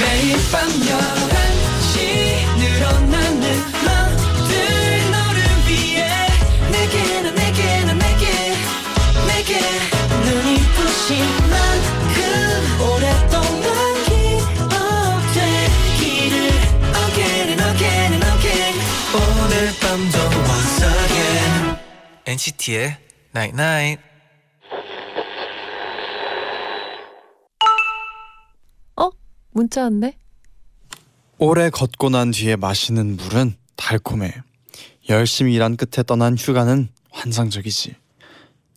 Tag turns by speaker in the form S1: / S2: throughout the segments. S1: 매일 밤 11시 늘어나는 맘들 너를 위해 내게 난 내게 난 내게 내게 눈이 부신 만큼 오랫동안 기억되기를 Again and again and again 오늘 밤도 once again
S2: NCT의 Night Night.
S3: 어? 문자 왔네.
S4: 오래 걷고 난 뒤에 마시는 물은 달콤해. 열심히 일한 끝에 떠난 휴가는 환상적이지.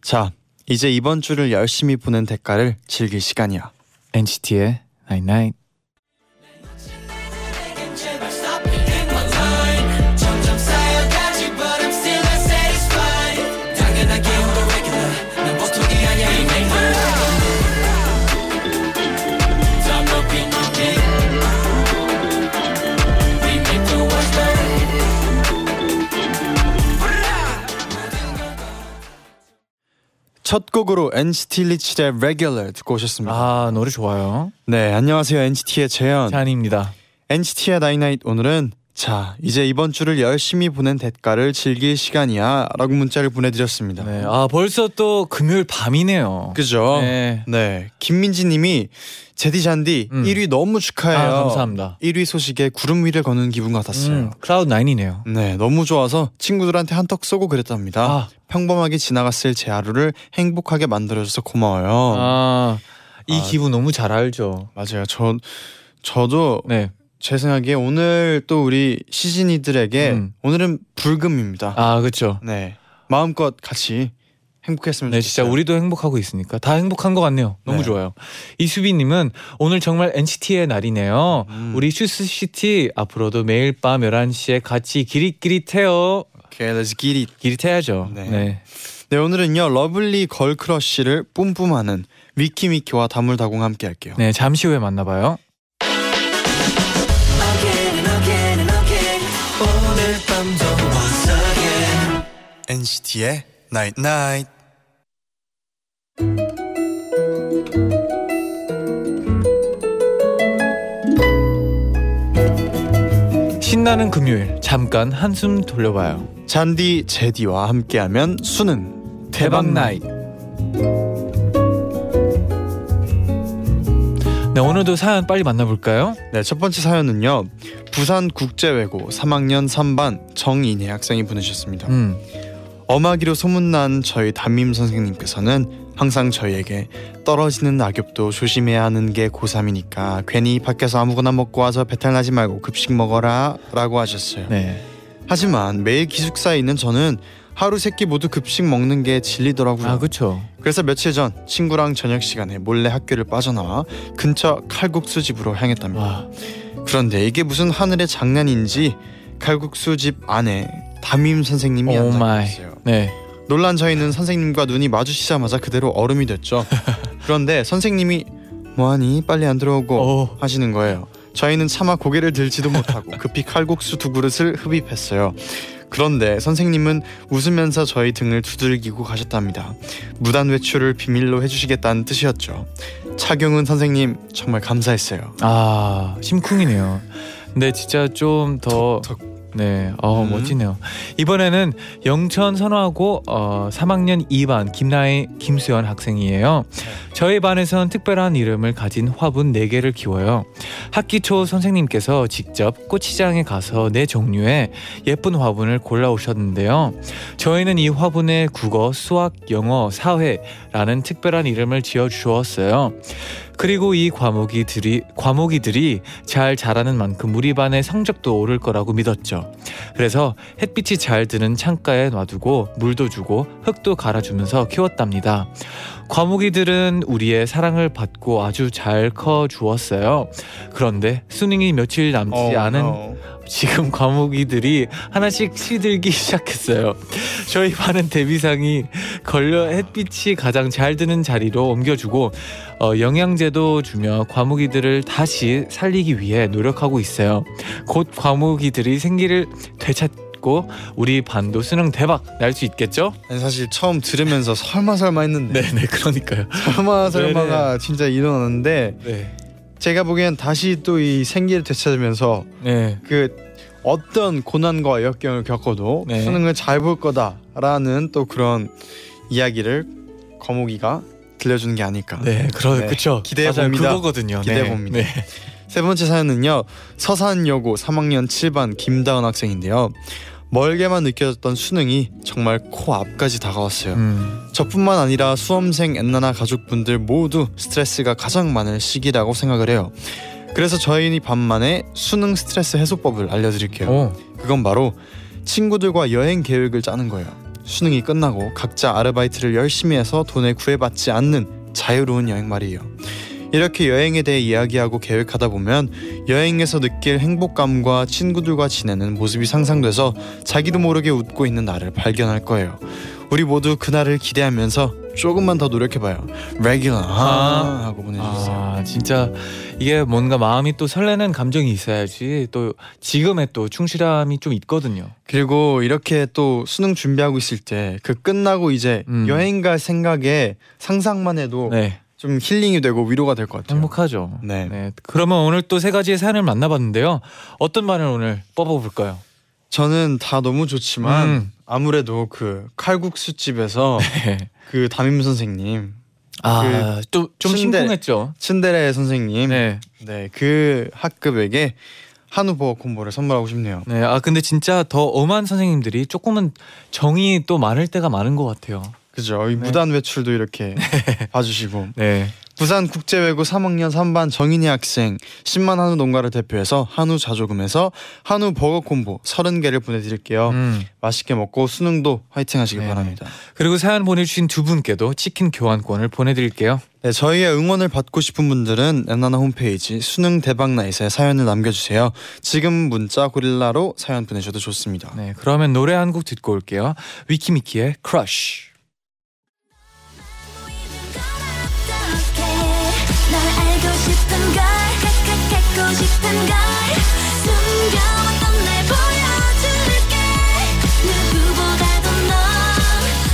S4: 자, 이제 이번 주를 열심히 보낸 대가를 즐길 시간이야.
S5: NCT의 Night Night.
S1: 내겐 제발 stop and one time 점점 쌓여가지 but I'm still unsatisfied 당연하게 I'm the regular 난 보통이 아니야 이 맹물 더 높이 높이 We make the world better
S4: 첫 곡으로 NCT 리치의 Regular 듣고 오셨습니다.
S5: 아 노래 좋아요.
S4: 네, 안녕하세요. NCT의 재현.
S5: 잔입니다.
S4: NCT의 나이나잇 오늘은 자, 이제 이번 주를 열심히 보낸 대가를 즐길 시간이야 라고 문자를 보내드렸습니다.
S5: 네. 아 벌써 또 금요일 밤이네요.
S4: 그죠?
S5: 네.
S4: 네. 김민지 님이 제디 잔디
S5: 음.
S4: 1위 너무 축하해요.
S5: 아, 감사합니다.
S4: 1위 소식에 구름 위를 거는 기분 같았어요.
S5: 음, 클라우드 나인이네요.
S4: 네, 너무 좋아서 친구들한테 한턱 쏘고 그랬답니다.
S5: 아.
S4: 평범하게 지나갔을 제 하루를 행복하게 만들어줘서 고마워요.
S5: 아이
S4: 아.
S5: 기분 너무 잘 알죠.
S4: 맞아요. 저 저도
S5: 네.
S4: 제 생각에 오늘 또 우리 시진이들에게
S5: 음.
S4: 오늘은 불금입니다.
S5: 아 그렇죠.
S4: 네, 마음껏 같이 행복했으면
S5: 네, 진짜
S4: 좋겠어요.
S5: 우리도 행복하고 있으니까 다 행복한 것 같네요. 너무
S4: 네.
S5: 좋아요. 이수빈님은 오늘 정말 NCT의 날이네요.
S4: 음.
S5: 우리 슈스시티 앞으로도 매일 밤 11시에 같이 기릿기릿 해요.
S4: Okay, let's get it.
S5: 기릿 해야죠.
S4: 네.
S5: 네.
S4: 네 오늘은요 러블리 걸 크러쉬를 뿜뿜하는 위키미키와 다물다공 함께 할게요
S5: 네, 잠시 후에 만나봐요.
S1: Again and again and again 오늘 밤도 once again
S4: NCT의 나이트 나이트
S5: 신나는 금요일 잠깐 한숨 돌려봐요.
S4: 잔디 제디와 함께하면 수능 대박 나이
S5: 네 오늘도 사연 빨리 만나볼까요?
S4: 네첫 번째 사연은요 부산 국제외고 3학년 3반 정인혜 학생이 보내주셨습니다
S5: 음.
S4: 엄하기로 소문난 저희 담임 선생님께서는 항상 저희에게 떨어지는 낙엽도 조심해야 하는 게 고3이니까 괜히 밖에서 아무거나 먹고 와서 배탈 나지 말고 급식 먹어라 라고 하셨어요
S5: 네.
S4: 하지만 매일 기숙사에 있는 저는 하루 세 끼 모두 급식 먹는 게 질리더라고요.
S5: 아 그쵸.
S4: 그래서 며칠 전 친구랑 저녁 시간에 몰래 학교를 빠져나와 근처 칼국수 집으로 향했답니다.
S5: 와.
S4: 그런데 이게 무슨 하늘의 장난인지 칼국수 집 안에 담임 선생님이
S5: 오
S4: 앉아
S5: 마이.
S4: 계세요.
S5: 네.
S4: 놀란 저희는 선생님과 눈이 마주치자마자 그대로 얼음이 됐죠. 그런데 선생님이 뭐하니 빨리 안 들어오고
S5: 오.
S4: 하시는 거예요. 저희는 차마 고개를 들지도 못하고 급히 칼국수 두 그릇을 흡입했어요. 그런데 선생님은 웃으면서 저희 등을 두들기고 가셨답니다. 무단 외출을 비밀로 해주시겠다는 뜻이었죠. 차경은 선생님 정말 감사했어요.
S5: 아 심쿵이네요. 근데 진짜 좀 더
S4: 턱,
S5: 네, 어
S4: 음.
S5: 멋지네요. 이번에는 영천 선화고 어, 3학년 2반 김나희 김수연 학생이에요.
S4: 네.
S5: 저희 반에선 특별한 이름을 가진 화분 4개를 키워요. 학기 초 선생님께서 직접 꽃시장에 가서 네 종류의 예쁜 화분을 골라 오셨는데요. 저희는 이 화분에 국어, 수학, 영어, 사회라는 특별한 이름을 지어 주었어요. 그리고 이 과목이들이 과목이들이 잘 자라는 만큼 우리 반의 성적도 오를 거라고 믿었죠. 그래서 햇빛이 잘 드는 창가에 놔두고 물도 주고 흙도 갈아주면서 키웠답니다. 과목이들은 우리의 사랑을 받고 아주 잘 커 주었어요. 그런데 수능이 며칠
S4: Oh,
S5: 남지 않은 지금 과목이들이 하나씩 시들기 시작했어요. 저희 반은 대비상이 걸려 햇빛이 가장 잘 드는 자리로 옮겨주고 어, 영양제도 주며 과목이들을 다시 살리기 위해 노력하고 있어요. 곧 과목이들이 생기를 되찾고 우리 반도 수능 대박 날 수 있겠죠?
S4: 아니, 사실 처음 들으면서 설마 설마 했는데
S5: 네, 네, 그러니까요.
S4: 설마 설마가 진짜 일어났는데
S5: 네,
S4: 제가 보기엔 다시 또 이 생기를 되찾으면서
S5: 네.
S4: 그 어떤 고난과 역경을 겪어도
S5: 네.
S4: 수능을 잘 볼 거다라는 또 그런 이야기를 거목이가 들려주는 게 아닐까.
S5: 네, 그러
S4: 네.
S5: 그쵸.
S4: 기대해
S5: 맞아요.
S4: 봅니다.
S5: 그거거든요.
S4: 기대해
S5: 네.
S4: 봅니다.
S5: 네.
S4: 세 번째 사연은요 서산여고 3학년 7반 김다은 학생인데요. 멀게만 느껴졌던 수능이 정말 코앞까지 다가왔어요.
S5: 음,
S4: 저뿐만 아니라 수험생 엔나나 가족분들 모두 스트레스가 가장 많을 시기라고 생각을 해요. 그래서 저희는 반만에 수능 스트레스 해소법을 알려드릴게요.
S5: 오,
S4: 그건 바로 친구들과 여행 계획을 짜는 거예요. 수능이 끝나고 각자 아르바이트를 열심히 해서 돈에 구애받지 않는 자유로운 여행 말이에요. 이렇게 여행에 대해 이야기하고 계획하다 보면 여행에서 느낄 행복감과 친구들과 지내는 모습이 상상돼서 자기도 모르게 웃고 있는 나를 발견할 거예요. 우리 모두 그날을 기대하면서 조금만 더 노력해봐요. Regular 아~
S5: 아.
S4: 하고 보내주세요.
S5: 아 진짜 이게 뭔가 마음이 또 설레는 감정이 있어야지 또 지금의 또 충실함이 좀 있거든요.
S4: 그리고 이렇게 또 수능 준비하고 있을 때 그 끝나고 이제
S5: 음.
S4: 여행 갈 생각에 상상만 해도
S5: 네,
S4: 좀 힐링이 되고 위로가 될 것 같아요.
S5: 행복하죠.
S4: 네.
S5: 네, 그러면 오늘 또 세 가지의 사연을 만나봤는데요. 어떤 반을 오늘 뽑아볼까요?
S4: 저는 다 너무 좋지만
S5: 음.
S4: 아무래도 그 칼국수 집에서
S5: 네.
S4: 그 담임 선생님,
S5: 아, 또 좀
S4: 침대.
S5: 심쿵했죠.
S4: 츤데레 선생님, 네.
S5: 네,
S4: 그 학급에게 한우 버거 콤보를 선물하고 싶네요.
S5: 네. 아 근데 진짜 더 엄한 선생님들이 조금은 정이 또 많을 때가 많은 것 같아요.
S4: 그죠? 이 무단 외출도 이렇게 봐주시고
S5: 네.
S4: 부산 국제외고 3학년 3반 정인희 학생 10만 한우 농가를 대표해서 한우 자조금에서 한우 버거 콤보 30개를 보내드릴게요.
S5: 음.
S4: 맛있게 먹고 수능도 화이팅하시길
S5: 네.
S4: 바랍니다.
S5: 그리고 사연 보내주신 두 분께도 치킨 교환권을 보내드릴게요.
S4: 네, 저희의 응원을 받고 싶은 분들은 엔나나 홈페이지 수능 대박 나잇에 사연을 남겨주세요. 지금 문자 고릴라로 사연 보내셔도 좋습니다.
S5: 네, 그러면 노래 한 곡 듣고 올게요. 위키미키의 Crush.
S6: 어떡해 널 알고 싶은 걸 가깝게 갖고 싶은 걸 숨겨왔던 날 보여줄게 누구보다도 넌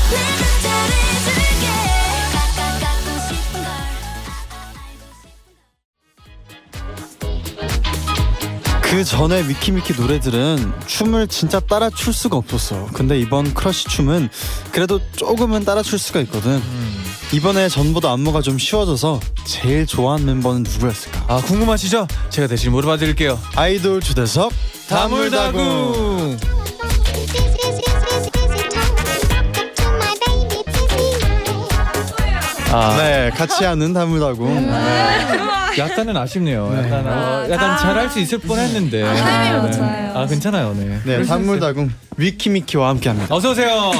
S6: 내 남자를 줄게 가깝게 갖고 싶은 걸 알고 싶은 걸
S4: 그 전에 위키미키 노래들은 춤을 진짜 따라 출 수가 없었어. 근데 이번 크러쉬 춤은 그래도 조금은 따라 출 수가 있거든. 이번에 전보다 안무가 좀 쉬워져서 제일 좋아하는 멤버는 누구였을까?
S5: 아 궁금하시죠? 제가 대신 물어봐 드릴게요.
S4: 아이돌 주대석 다물다구.
S5: 다물다구. 아,
S4: 네, 같이 하는 다물다구.
S5: 약간은 아쉽네요.
S4: 네.
S5: 약간 어, 약간 잘할 수 있을 뻔했는데. 아,
S3: 타이밍이
S5: 네.
S3: 맞아요.
S5: 아 괜찮아요, 네.
S4: 네, 다물다구 위키미키와 함께합니다.
S5: 어서 오세요.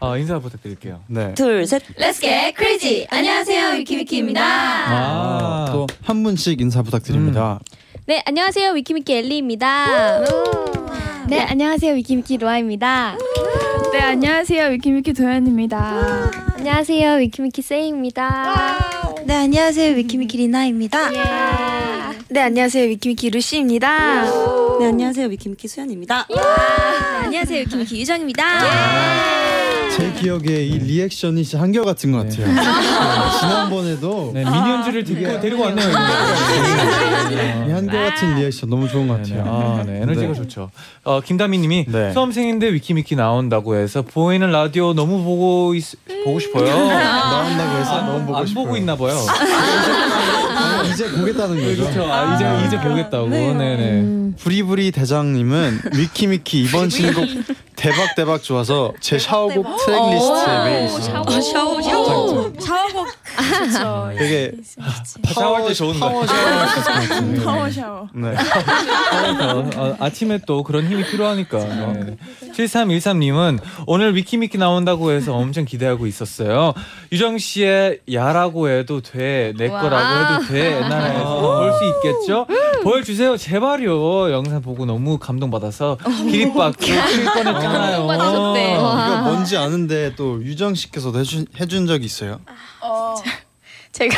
S5: 아 인사 부탁드릴게요.
S4: 네.
S7: Let's get crazy. 안녕하세요, 위키위키입니다.
S5: 아,
S4: 또 한 분씩 인사 부탁드립니다.
S8: 네, 안녕하세요. 위키미키 엘리입니다. 네, 안녕하세요. 위키미키 로아입니다.
S9: 네, 안녕하세요. 위키미키 도현입니다.
S8: 안녕하세요. 위키미키 세이입니다.
S6: 네 안녕하세요 위키미키 리나입니다.
S9: 네, 안녕하세요. 위키미키 루시입니다.
S6: 네 안녕하세요 위키미키 수연입니다.
S8: 안녕하세요. 위키미키 유정입니다.
S4: 제 기억에 이 리액션이 진짜 한결같은 것 같아요. 네, 지난번에도
S5: 네, 미니언즈를 듣고 데리고 왔네요.
S4: 이
S5: 이거.
S4: 한결같은 리액션 너무 좋은 것
S5: 아. 네네.
S4: 같아요.
S5: 아, 네. 에너지가
S4: 네.
S5: 좋죠. 어, 김다미님이
S4: 네.
S5: 수험생인데 위키미키 나온다고 해서 보이는 라디오 너무 보고 있, 보고 싶어요.
S4: 나온다고 해서
S5: 안,
S4: 너무 보고
S5: 안
S4: 싶어요.
S5: 보고 있나 봐요.
S4: 아, 이제 보겠다는
S5: 그렇죠.
S4: 거죠. 음.
S5: 아, 이제 이제 보겠다고. 네, 네.
S4: 부리부리 대장님은 위키미키 이번 신곡 대박 대박 좋아서 제 샤워곡 트랙 리스트에 매일 있어요.
S7: 샤워,
S4: 샤워.
S7: 샤워복.
S4: 되게
S5: 샤워할 때 좋은데.
S4: 파워 샤워.
S9: 파워 샤워.
S4: 네.
S5: 아, 아침에 또 그런 힘이 필요하니까. 네. 7313님은 오늘 위키미키 나온다고 해서 엄청 기대하고 있었어요. 유정 씨의 야라고 해도 돼, 내 거라고 해도 돼, 옛날에서
S8: 어.
S5: 볼 수 있겠죠? 보여주세요, 제발요. 영상 보고 너무 감동받아서 기립박수 칠
S8: 어.
S5: 어.
S8: 감동받으셨대.
S5: 뻔했잖아요.
S8: 와.
S4: 어, 이거 뭔지 아는데 또 유정 씨께서도 해준 해준 적이 있어요.
S9: 제가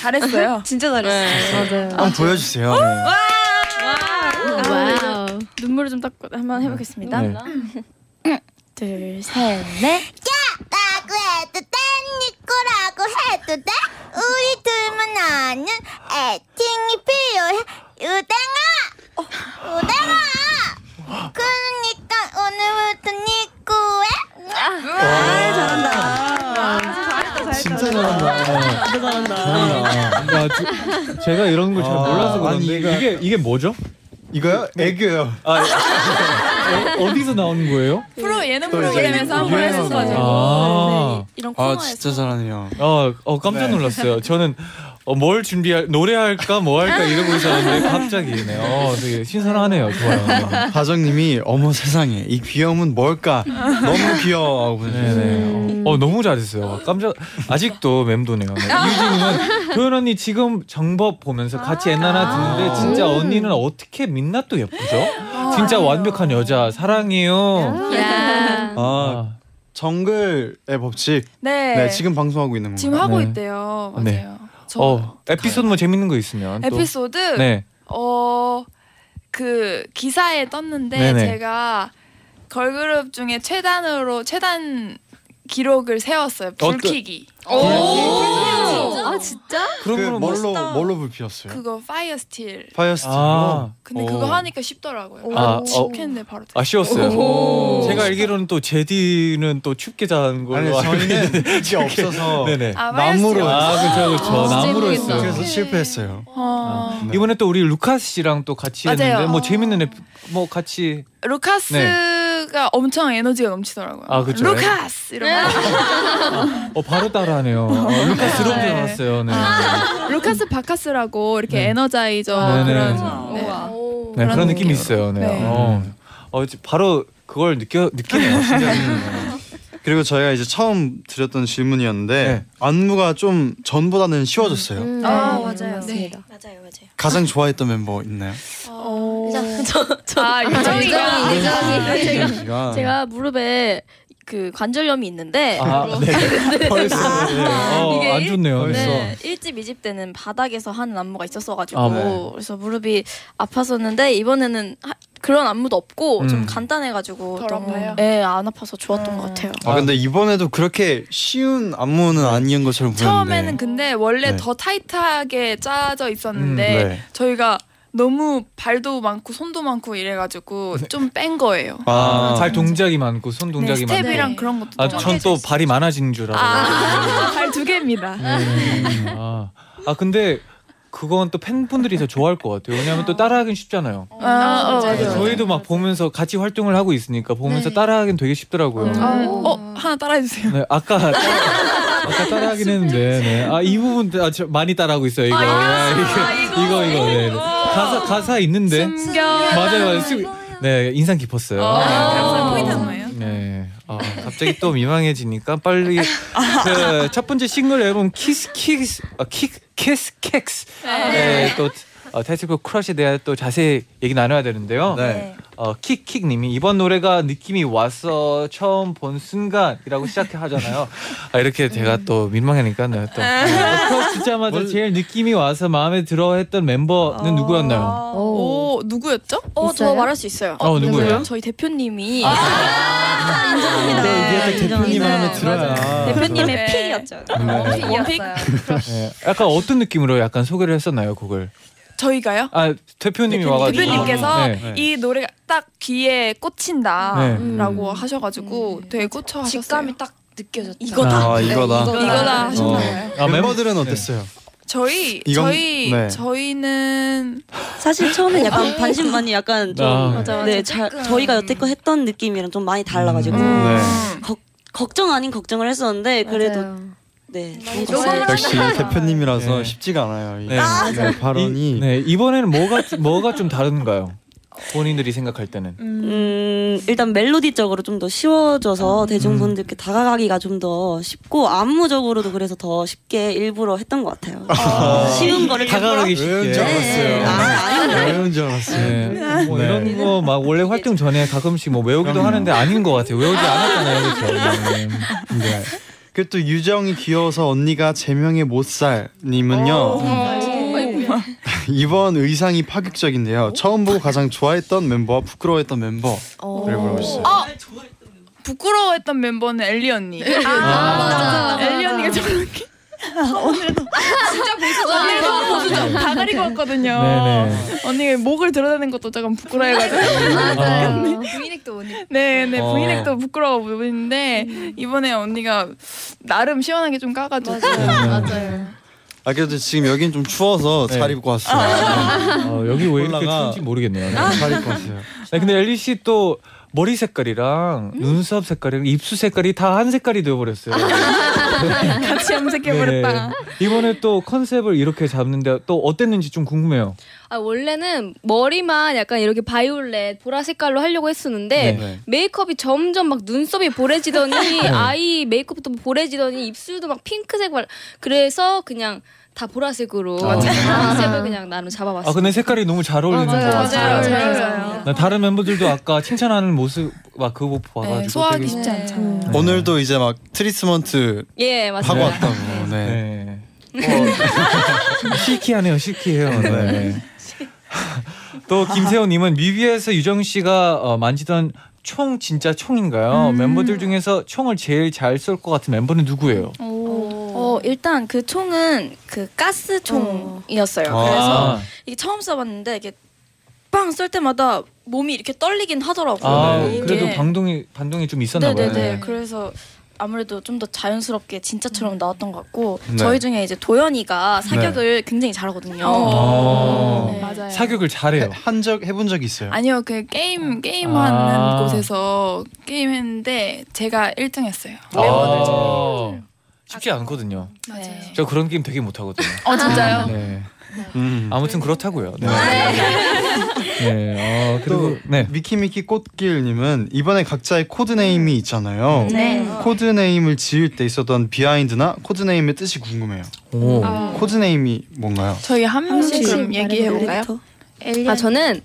S9: 잘했어요.
S7: 진짜 잘했어.
S3: 맞아요.
S4: 한번 보여주세요. 네.
S8: 와우.
S9: 눈물을 좀 닦고 한번 해보겠습니다.
S5: 네.
S9: 둘, 셋, 넷.
S6: 라고 해도 돼, 니꼬라고 해도 돼. 우리 둘만 그러니까
S5: 감사합니다. 아, 저- 제가 이런 걸 잘
S4: 아,
S5: 몰라서
S4: 아니,
S5: 그런데
S4: 이거-
S5: 이게 이게 뭐죠?
S4: 이거요? 애교요.
S5: 아, 어, 어디서 나오는 거예요?
S9: 프로 예능
S4: 또 이제
S9: 프로그램에서 한번
S4: 유행하고.
S8: 네.
S9: 했어가지고
S5: 아.
S9: 네, 이런
S4: 아
S9: 코너에서
S4: 진짜 잘하네요.
S5: 어, 어 깜짝
S4: 네.
S5: 놀랐어요. 저는 어, 뭘 준비할 노래할까 뭐 할까 이러고 있었는데 갑자기네요. 어, 되게 신선하네요. 좋아요.
S4: 어, 다정님이 어머 세상에 이 귀여움은 뭘까 너무 귀여워.
S5: 네,
S9: 음.
S5: 네네. 어 너무 잘했어요. 깜짝 아직도 맴도네요. 네. 유진이는 도현 언니 지금 정법 보면서 같이
S9: 아.
S5: 엔나나 듣는데 진짜
S9: 음.
S5: 언니는 어떻게 민낯도 예쁘죠?
S9: 아,
S5: 진짜 완벽한 여자 사랑해요.
S7: 야.
S4: 아
S5: 아,
S4: 정글의 법칙.
S9: 네.
S4: 네, 지금 방송하고 있는
S9: 지금
S4: 건가요?
S9: 하고
S5: 네.
S9: 있대요. 맞아요.
S5: 네.
S9: 저
S5: 어 에피소드 뭐 재밌는 거 있으면 또.
S9: 에피소드
S5: 네.
S9: 어. 그 기사에 떴는데
S5: 네네.
S9: 제가 걸그룹 중에 최단으로 최단 기록을 세웠어요.
S5: 어떤-
S9: 불키기. 네.
S7: 오. 아 진짜?
S4: 그
S5: 그러면 뭐
S4: 뭘로 뭘로 불피웠어요?
S9: 그거 파이어 스틸.
S4: 파이어스틱.
S5: 아,
S9: 근데
S5: 오.
S9: 그거 하니까 쉽더라고요.
S5: 아, 어.
S9: 쉽겠는데 바로. 돼요.
S5: 아쉬웠어요. 제가 알기로는 또 제디는 또 춥게 자는 걸로
S4: 아니
S5: 알고 있는데.
S4: 저희는 이게 없어서
S5: 네네.
S9: 아,
S4: 나무로
S9: 파이어 스틸.
S5: 아 그렇죠 그렇죠.
S8: 진짜
S5: 나무로
S8: 재밌겠다.
S5: 했어요.
S9: 네.
S4: 그래서 실패했어요.
S5: 아.
S9: 어.
S4: 네.
S5: 이번에 또 우리 루카스 씨랑 또 같이 했는데
S9: 맞아요.
S5: 뭐 재밌는 에피, 뭐 같이
S9: 루카스가 엄청 에너지가 넘치더라고요.
S5: 아, 그쵸.
S9: 루카스 이러고
S5: 어 바로 따라하네요. 어, 루카스로
S9: 네.
S5: 들어갔어요. 네.
S9: 루카스 바카스라고 이렇게
S5: 네.
S9: 에너자이저
S5: 네네.
S9: 그런 네.
S7: 우와.
S5: 네 그런
S9: 그런
S5: 느낌이
S9: 느낌으로.
S5: 있어요. 네.
S9: 네.
S5: 어. 어 이제 바로 그걸 느껴
S9: 아,
S5: 느끼네요. 진짜.
S4: 그리고 저희가 이제 처음 드렸던 질문이었는데
S5: 네.
S4: 안무가 좀 전보다는 쉬워졌어요.
S9: 아, 맞아요.
S8: 맞습니다.
S6: 맞아요, 맞아요.
S4: 가장 좋아했던 멤버 있나요?
S5: 어.
S9: 아, 유정이가
S7: 유정이, 유정이.
S5: 네.
S4: 제가
S10: 제가 무릎에 그 관절염이 있는데
S5: 아 네. 벌써 네.
S10: 이게
S5: 어안
S10: 일-
S5: 좋네요.
S10: 네, 1집, 2집 때는 바닥에서 하는 안무가 있었어가지고
S5: 아, 네.
S10: 그래서 무릎이 아팠었는데 이번에는 하- 그런 안무도 없고
S5: 음.
S10: 좀 간단해가지고
S9: 덜
S10: 너무
S9: 아파요?
S10: 네, 안 아파서
S11: 음.
S10: 좋았던 것 같아요.
S4: 아 근데 이번에도 그렇게 쉬운 안무는 아닌 것처럼 보였는데
S9: 처음에는 근데 원래
S4: 네.
S9: 더 타이트하게 짜져 있었는데
S4: 음, 네.
S9: 저희가 너무 발도 많고 손도 많고 이래가지고
S5: 네.
S9: 좀 뺀 거예요.
S5: 아,
S4: 아,
S5: 발 동작이 많고 손
S9: 네,
S5: 동작이 많고.
S9: 스텝이랑
S10: 많네.
S9: 그런 것도
S5: 아, 전 또 발이 많아진 줄 알고.
S9: 아발두 개입니다.
S5: 아, 아 근데 그건 또 팬분들이 더 좋아할 것 같아요. 왜냐하면 또 따라하긴 쉽잖아요.
S9: 아, 어,
S5: 네,
S9: 맞아요.
S5: 저희도 막 보면서 같이 활동을 하고 있으니까 보면서
S10: 네.
S5: 따라하긴 되게 쉽더라고요.
S9: 음. 어 하나 따라해주세요.
S5: 네, 아까 아까 따라하긴 했는데 네. 아이 부분 아, 저 많이 따라하고 있어요. 이거 아, 이거 이거, 이거 네. 네. 가사 가사 있는데 맞아요 맞아요. 숨- 네 인상 깊었어요.
S9: 감사합니다. 포인트 한 거예요?
S5: 네. 아, 갑자기 또 미망해지니까 빨리 그 첫 번째 싱글 앨범 키스 키스 아, 키 키스 캑스 네, 또 어, 타이틀곡 크러쉬에 대해 또 자세히 얘기 나눠야 되는데요.
S4: 네.
S5: 어, 킥킥 님이 이번 노래가 느낌이 왔어 처음 본 순간이라고 시작하잖아요. 아, 이렇게 제가 또 민망하니까 내가 또 어, 듣자마자 제일 느낌이 와서 마음에 들어 했던 멤버는 누구였나요?
S12: 어.
S3: 오.
S9: 오 누구였죠?
S10: 어, 저
S3: 있어요?
S10: 말할 수 있어요.
S5: 어, 누구예요?
S10: 저희 대표님이
S5: 또 네, 이게 또 대표님 마음에 들어야.
S10: 대표님의
S9: 네.
S10: 픽이었죠.
S5: 네.
S7: 원픽이었어요. 네.
S5: 예, 약간 어떤 느낌으로 약간 소개를 했었나요 그걸?
S9: 저희가요?
S5: 아 대표님이 와가지고
S9: 대표님께서
S5: 네.
S9: 이 노래가 딱 귀에
S5: 네.
S9: 꽂힌다라고 하셔가지고 되게 꽂혀 하셨어요.
S7: 직감이 딱 느껴졌죠.
S4: 이거다. 아, 이거다.
S9: 이거다
S4: 어.
S9: 하셨나요?
S5: 아, 멤-
S4: 멤버들은 어땠어요?
S9: 저희
S4: 이건-
S9: 저희
S4: 네.
S9: 저희는
S13: 사실 처음엔 약간 반신반의 약간 좀
S5: 아.
S13: 네, 자- 저희가 여태껏 했던 느낌이랑 좀 많이 달라가지고
S4: 음. 네.
S13: 걱- 걱정 아닌 걱정을 했었는데 그래도
S3: 맞아요.
S13: 네
S4: 역시 대표님이라서
S5: 네.
S4: 쉽지가 않아요. 이
S5: 네. 아,
S4: 네, 발언이
S5: 이, 네 이번에는 뭐가 뭐가 좀 다른가요? 본인들이 생각할 때는
S13: 음 일단 멜로디적으로 좀 더 쉬워져서 대중분들께 다가가기가 좀 더 쉽고 안무적으로도 그래서 더 쉽게 일부러 했던 것 같아요. 쉬운 거를
S5: 다가가기 쉽게.
S4: 외운 줄 알았어요.
S13: 아, 아닌데.
S4: 외운 줄 알았어요.
S5: 네. 뭐
S4: 네.
S5: 이런 거 막 원래 활동 전에 가끔씩 뭐 외우기도
S4: 그럼요.
S5: 하는데 아닌 것 같아요. 외우지 않았잖아요, 그렇죠? 네.
S4: 네. 그리고 또 유정이 귀여워서 언니가 제명의 못살님은요 음. 이번 의상이 파격적인데요. 처음 보고 가장 좋아했던 멤버와 부끄러워했던 멤버 그래 물어보셨어요.
S9: 부끄러워했던 멤버는 엘리 언니. 엘리 언니가 저렇게
S6: 아,
S9: 아. 오늘도 진짜 보수적. 오늘도 보수적. 다 그리고 왔거든요.
S5: 네네.
S9: 언니가 목을 드러내는 것도 조금 부끄러워해가지고.
S5: 아,
S7: 부인액도 오늘
S9: 네네
S5: 어.
S9: 브이넥도 부끄러워 보이는데 이번에 언니가 나름 시원하게 좀 까가지고.
S7: 맞아요. 맞아요.
S14: 아 그래도 지금 여긴 좀 추워서
S5: 네.
S14: 잘 입고 왔어요.
S5: 어, 여기 왜 이렇게
S14: 올라가.
S5: 추운지 모르겠네요.
S14: 아,
S5: 네.
S14: 잘 입고 왔어요.
S5: 네, 근데 엘리 씨 또 머리
S11: 음?
S5: 색깔이랑 눈썹 색깔이랑 입술 색깔이 다 한 색깔이 되어버렸어요.
S11: 아, 같이 염색해버렸다.
S5: 네. 이번에 또 컨셉을 이렇게 잡는데 또 어땠는지 좀 궁금해요.
S11: 아, 원래는 머리만 약간 이렇게 바이올렛 보라 색깔로 하려고 했었는데
S5: 네. 네.
S11: 메이크업이 점점 막 눈썹이 보래지더니
S5: 네.
S11: 아이 메이크업도 보래지더니 입술도 막 핑크색 말 그래서 그냥 다 보라색으로
S5: 아.
S11: 컨셉을 그냥 나는 잡아봤어.
S5: 아 근데 색깔이 너무 잘 어울리는 것
S11: 맞아요,
S5: 같아요.
S11: 맞아요, 잘 어울려요.
S5: 나 다른 멤버들도 아까 칭찬하는 모습 막 그거 봐가지고
S11: 네, 소화하기
S5: 아, 되게
S11: 쉽지 않죠.
S5: 네.
S14: 오늘도 이제 막 트리트먼트
S11: 예,
S14: 하고
S15: 아,
S11: 맞습니다.
S14: 왔다고. 네.
S5: 실키하네요, 실키해요. 어. 네. 또 김세호님은 뮤비에서 유정 씨가 어, 만지던 총 진짜 총인가요?
S10: 음.
S5: 멤버들 중에서 총을 제일 잘 쏠 것 같은 멤버는 누구예요?
S10: 어, 일단 그 총은 그 가스 총이었어요.
S5: 아.
S10: 그래서 이게 처음 써봤는데 이게 빵 쏠 때마다 몸이 이렇게 떨리긴 하더라고요.
S5: 아
S10: 이게. 네,
S5: 그래도 방동이 반동이 좀 있었나 봐요.
S10: 네네네. 그래서 아무래도 좀 더 자연스럽게
S11: 음.
S10: 진짜처럼 나왔던 것 같고
S5: 네.
S10: 저희 중에 이제 도연이가 사격을 굉장히 잘하거든요.
S5: 어.
S9: 네,
S10: 네.
S9: 맞아요.
S5: 사격을 잘해요.
S4: 한 적 해본 적 있어요?
S9: 아니요 그 게임 게임
S5: 아.
S9: 하는 곳에서 게임 했는데 제가 1등 했어요.
S5: 아, 쉽지 않거든요.
S9: 맞아요.
S5: 저 그런 게임 되게 못하거든요.
S9: 네. 어 진짜요?
S5: 네.
S4: 음.
S5: 아무튼 그렇다고요. 네. 네.
S4: 또 미키미키 꽃길님은 이번에 각자의 코드네임이 있잖아요.
S1: 네.
S4: 코드네임을 지을 때 있었던 비하인드나 코드네임의 뜻이 궁금해요.
S5: 오.
S9: 아.
S4: 코드네임이 뭔가요?
S9: 저희 한 명씩
S11: 명씩
S9: 그럼 얘기해 볼까요?
S11: 말해볼까요?
S10: 네.
S11: 아 저는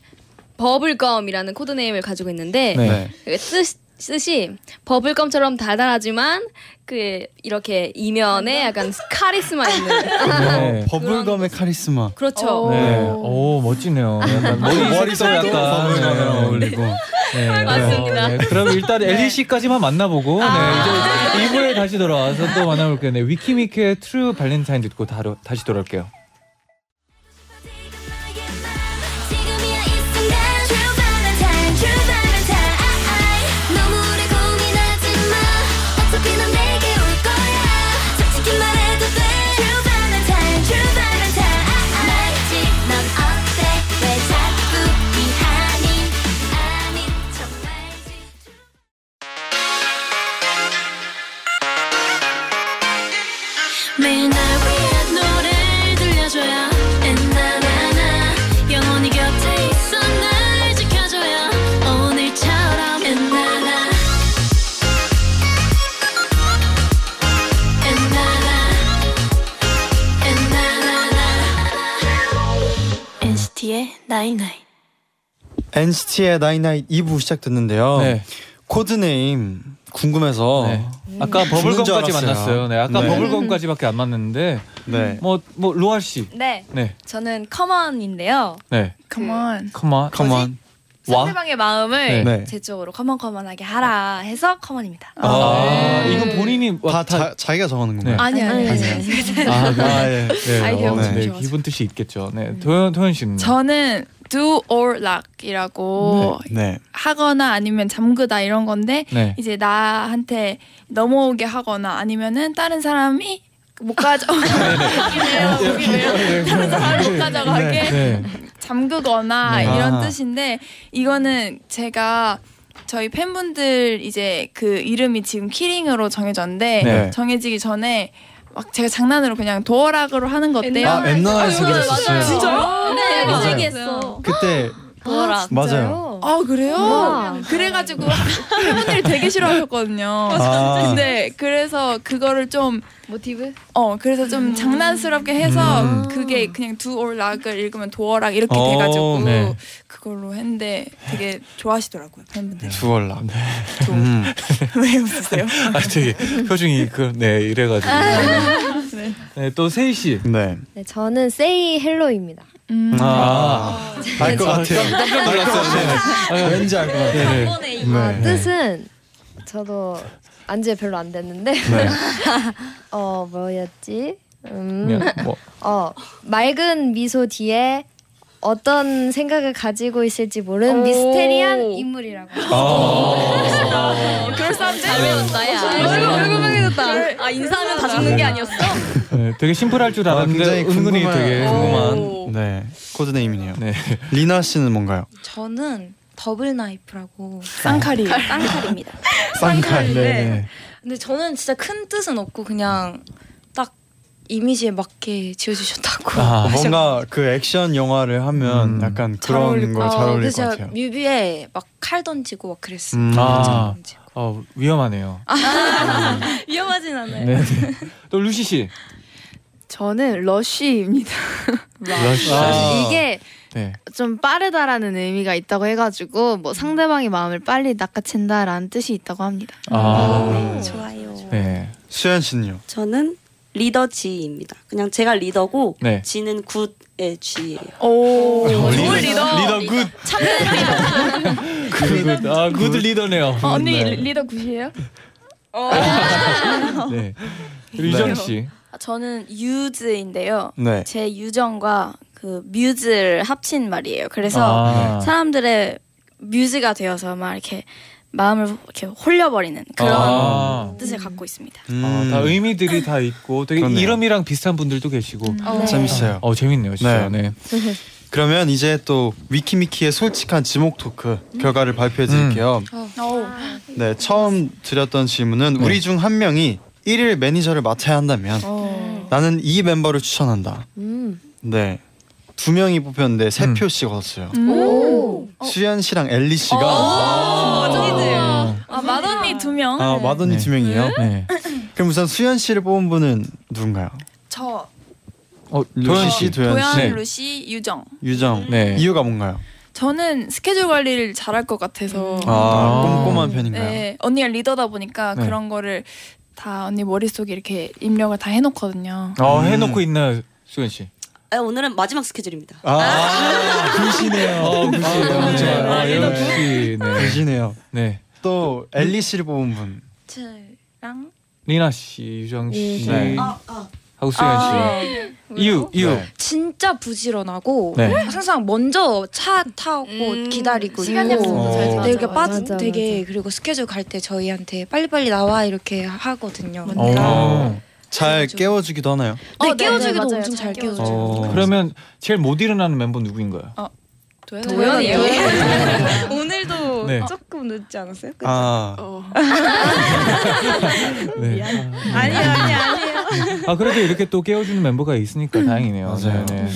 S11: 버블검이라는 코드네임을 가지고 있는데
S1: 네.
S11: 그 뜻, 뜻이 버블검처럼 달달하지만 그 이렇게 이면에 약간 카리스마
S5: 아,
S11: 있는
S4: 어, 버블검의 카리스마.
S15: 어,
S11: 그렇죠.
S5: 네.
S9: 어,
S5: 오 멋지네요. 약간 뭐, 머리
S4: 머리도
S5: 색도 약간
S4: 약간
S5: 네,
S4: 버블검이랑
S5: 어울리고. 네. 맞습니다. 네. 그럼 일단 엘리 씨까지만 만나보고 네. 이제 2부에 다시 돌아와서 또 만나볼게요. 네. 위키미키의 트루 발렌타인 듣고 다루, 다시 돌아올게요.
S6: 지금이야 이 순간 True Valentine True Valentine 너무 오래 고민하지 마 어차피 넌 내게 올 거야 솔직히 말해도 돼 True Valentine True Valentine 말했지 넌 어때 왜 자꾸 비하니 아닌 척 말지 매일 날 위한 노래를 들려줘요 엔나나나 영원히 곁에 있어 날 지켜줘요 오늘처럼 엔나나 엔나나 엔나나나 NCT의 나인나인
S14: NCT의 나이나이 2부 시작됐는데요.
S5: 네.
S14: 코드네임 궁금해서
S5: 아까
S14: 어. 죽는 줄
S5: 버블검까지
S14: 알았어요.
S5: 만났어요. 네. 아까
S14: 네.
S5: 버블검까지밖에 안 만났는데.
S14: 네.
S5: 뭐 뭐 로아 씨.
S8: 네.
S5: 네.
S8: 저는 커먼인데요.
S5: 네.
S8: 컴온.
S5: 컴온. 컴온. 와.
S8: 상대방의 마음을
S5: 네.
S8: 제 쪽으로 커먼커먼하게 하라 해서 커먼입니다.
S16: 어,
S5: 아, 이건 본인이 다,
S4: 자기가 정하는
S5: 건가요?
S8: 아니요, 아니요, 아니요.
S5: 아, 네.
S8: 아,
S5: 예.
S9: 아이디어
S5: 어, 네.
S9: 주셔가지고.
S5: 기본 뜻이 있겠죠. 네, 도현 도현 씨는
S9: 저는 do or luck이라고
S4: 네.
S9: 하거나 아니면 잠그다 이런 건데
S5: 네.
S9: 이제 나한테 넘어오게 하거나 아니면은 다른 사람이 못 가져
S5: 네,
S9: 다른 사람이 못 가져가게 잠그거나
S5: 네.
S9: 이런
S5: 아.
S9: 뜻인데 이거는 제가 저희 팬분들 이제 그 이름이 지금 키링으로 정해졌는데
S1: 네.
S9: 정해지기 전에 막 제가 장난으로 그냥 도어락으로 하는 것 어때요?
S1: 아, 엔나나에서
S9: 아, 이거는
S1: 그랬었어요.
S9: 맞아요.
S1: 진짜요?
S9: 네,
S1: 맞아요.
S9: 그 얘기했어.
S4: 그때
S9: 도어락.
S4: 맞아요.
S9: 아 그래요?
S1: 우와.
S9: 그래가지고 팬분들이 되게 싫어하셨거든요.
S4: 아.
S9: 근데 그래서 그거를 좀 모티브? 어 그래서 좀 장난스럽게 해서 그게 그냥 두올락을 읽으면 도어락 이렇게
S4: 음. 어,
S9: 돼가지고
S4: 네.
S9: 그걸로 했는데 되게 좋아하시더라고요 팬분들.
S4: 주얼라. 네.
S9: 왜 웃으세요?
S5: 아, 되게 표정이 그네 이래가지고
S9: 네.
S5: 네, 또 세희 씨.
S4: 네.
S16: 네, 저는 세이 헬로입니다.
S5: 아,
S14: 알 것 같아요.
S5: 깜짝
S14: 네.
S5: 놀랐어요.
S14: 왠지 알 것 같아요. 네.
S16: 아,
S14: 네.
S16: 뜻은 저도 안지 별로 안 됐는데
S14: 네.
S16: 어 뭐였지? 음.
S5: 그냥 뭐.
S16: 어 맑은 미소 뒤에 어떤 생각을 가지고 있을지
S17: 어,
S16: 모르는 미스테리한 인물이라고.
S15: 어,
S10: 그럴 사람 잘
S11: 외웠다,
S15: 어,
S11: 야. 얼굴, 얼굴
S10: 명해졌다. 아 인사하면 다 죽는 게 아니었어?
S5: 네, 되게 심플할
S14: 아,
S5: 줄 알았는데 은근히 되게
S4: 궁금한 네 아, 코드네임이네요. 리나 씨는 뭔가요?
S15: 저는 더블 나이프라고
S4: 쌍칼이에요.
S15: 쌍칼입니다.
S4: 쌍칼.
S15: 네. 근데 저는 진짜 큰 뜻은 없고 그냥 딱 이미지에 맞게 지어주셨다고.
S4: 아, 뭔가 그 액션 영화를 하면
S5: 음.
S4: 약간 그런 거 잘 어울릴 것
S15: 그래서
S4: 같아요.
S15: 뮤비에 막 칼 던지고 막 그랬어요.
S5: 음, 아, 어, 위험하네요.
S9: 아.
S15: 위험하진 않아요.
S5: 네. 또 루시 씨.
S17: 저는 러쉬입니다.
S5: 러쉬. 아.
S17: 이게
S5: 네.
S17: 좀 빠르다라는 의미가 있다고 해가지고 뭐 상대방의 마음을 빨리 낚아챈다라는 뜻이 있다고 합니다.
S4: 아.
S10: 좋아요.
S4: 네. 수현 씨는요?
S13: 저는 리더 지입니다. 그냥 제가 리더고
S4: 네.
S13: 지는 굿의 지예요.
S9: 오,
S13: 좋은
S5: 리더 굿.
S14: 그
S5: 굿, 굿. 아, 굿 리더네요.
S9: 어, 언니
S5: 네.
S9: 리- 리더 굿이에요?
S5: 네. 그리고 유정 씨.
S10: 아, 저는 유즈인데요.
S5: 네.
S10: 제 유정과 그 뮤즈를 합친 말이에요. 그래서
S5: 네.
S13: 아.
S10: 사람들의 뮤즈가 되어서 막 이렇게 마음을 이렇게 홀려버리는 그런
S5: 아.
S10: 뜻을 갖고 있습니다.
S5: 아, 다 의미들이 다 있고 되게
S4: 음. 그렇네요.
S5: 이름이랑 비슷한 분들도 계시고
S10: 네.
S4: 재밌어요.
S5: 어 재밌네요, 진짜. 네.
S4: 그러면 이제 또 위키미키의 솔직한 지목 토크 결과를 발표해 드릴게요. 네, 처음 드렸던 질문은 우리 중 한 명이 1일 매니저를 맡아야 한다면 나는 이 멤버를 추천한다.
S16: 음.
S4: 네. 두 명이 뽑혔는데 세 표씩 얻었어요.
S9: 음.
S16: 오.
S4: 수현 씨랑 엘리 씨가
S9: 어. 아, 마더니 두 명.
S4: 아, 마더니 두 명이에요.
S5: 네.
S4: 그럼 우선 수현 씨를 뽑은 분은 누군가요?
S9: 저
S4: 어,
S5: 도현
S4: 도현 씨,
S5: 씨. 네.
S4: 도현 씨.
S9: 도현, 루시, 유정.
S4: 유정. 이유가 뭔가요?
S9: 저는 스케줄 관리를 잘할 것 같아서.
S4: 아, 꼼꼼한 편인가요?
S9: 네, 언니가 리더다 보니까
S4: 네.
S9: 그런 거를 다 언니 머릿속에 이렇게 입력을 다 해놓거든요.
S5: 어 해놓고 있나요, 수현 씨?
S13: 아, 오늘은 마지막 스케줄입니다.
S4: 아, 굿이네요.
S5: 어, 굿이네요.
S4: 아,
S5: 네. 아,
S4: 네.
S5: 역시. 네.
S4: 굿이네요.
S5: 네.
S4: 또 엘리 씨를 뽑은 분.
S10: 저랑
S5: 리나 씨, 유정 씨,
S4: 네.
S15: 아, 아.
S5: 하고 수현 씨. 이유, 이유.
S15: 진짜 부지런하고
S5: 네.
S15: 항상 먼저 차 타고 기다리고
S7: 음, 시간
S15: 있고
S7: 약속도
S5: 어.
S7: 잘 지키고.
S15: 네, 이렇게
S7: 맞아,
S15: 빠져
S7: 맞아,
S15: 되게 그리고 스케줄 갈 때 저희한테 빨리빨리 나와 이렇게 하거든요.
S4: 어. 잘
S9: 그렇죠.
S4: 깨워주기도 하나요?
S15: 네,
S7: 어, 네,
S15: 깨워주기도
S7: 네, 맞아요.
S15: 엄청 잘 어. 깨워줘요.
S13: 어.
S5: 그러면 제일 못 일어나는 멤버 누구인가요?
S15: 도연이요.
S10: 도연이요.
S15: 오늘도
S5: 네.
S15: 조금 늦지 않았어요?
S9: 그렇죠.
S15: 그죠?
S5: 아. 네.
S15: 아니요, 아니요, 아니요.
S5: 아 그래도 이렇게 또 깨워주는 멤버가 있으니까 다행이네요.
S4: 맞아요.
S5: 네, 네.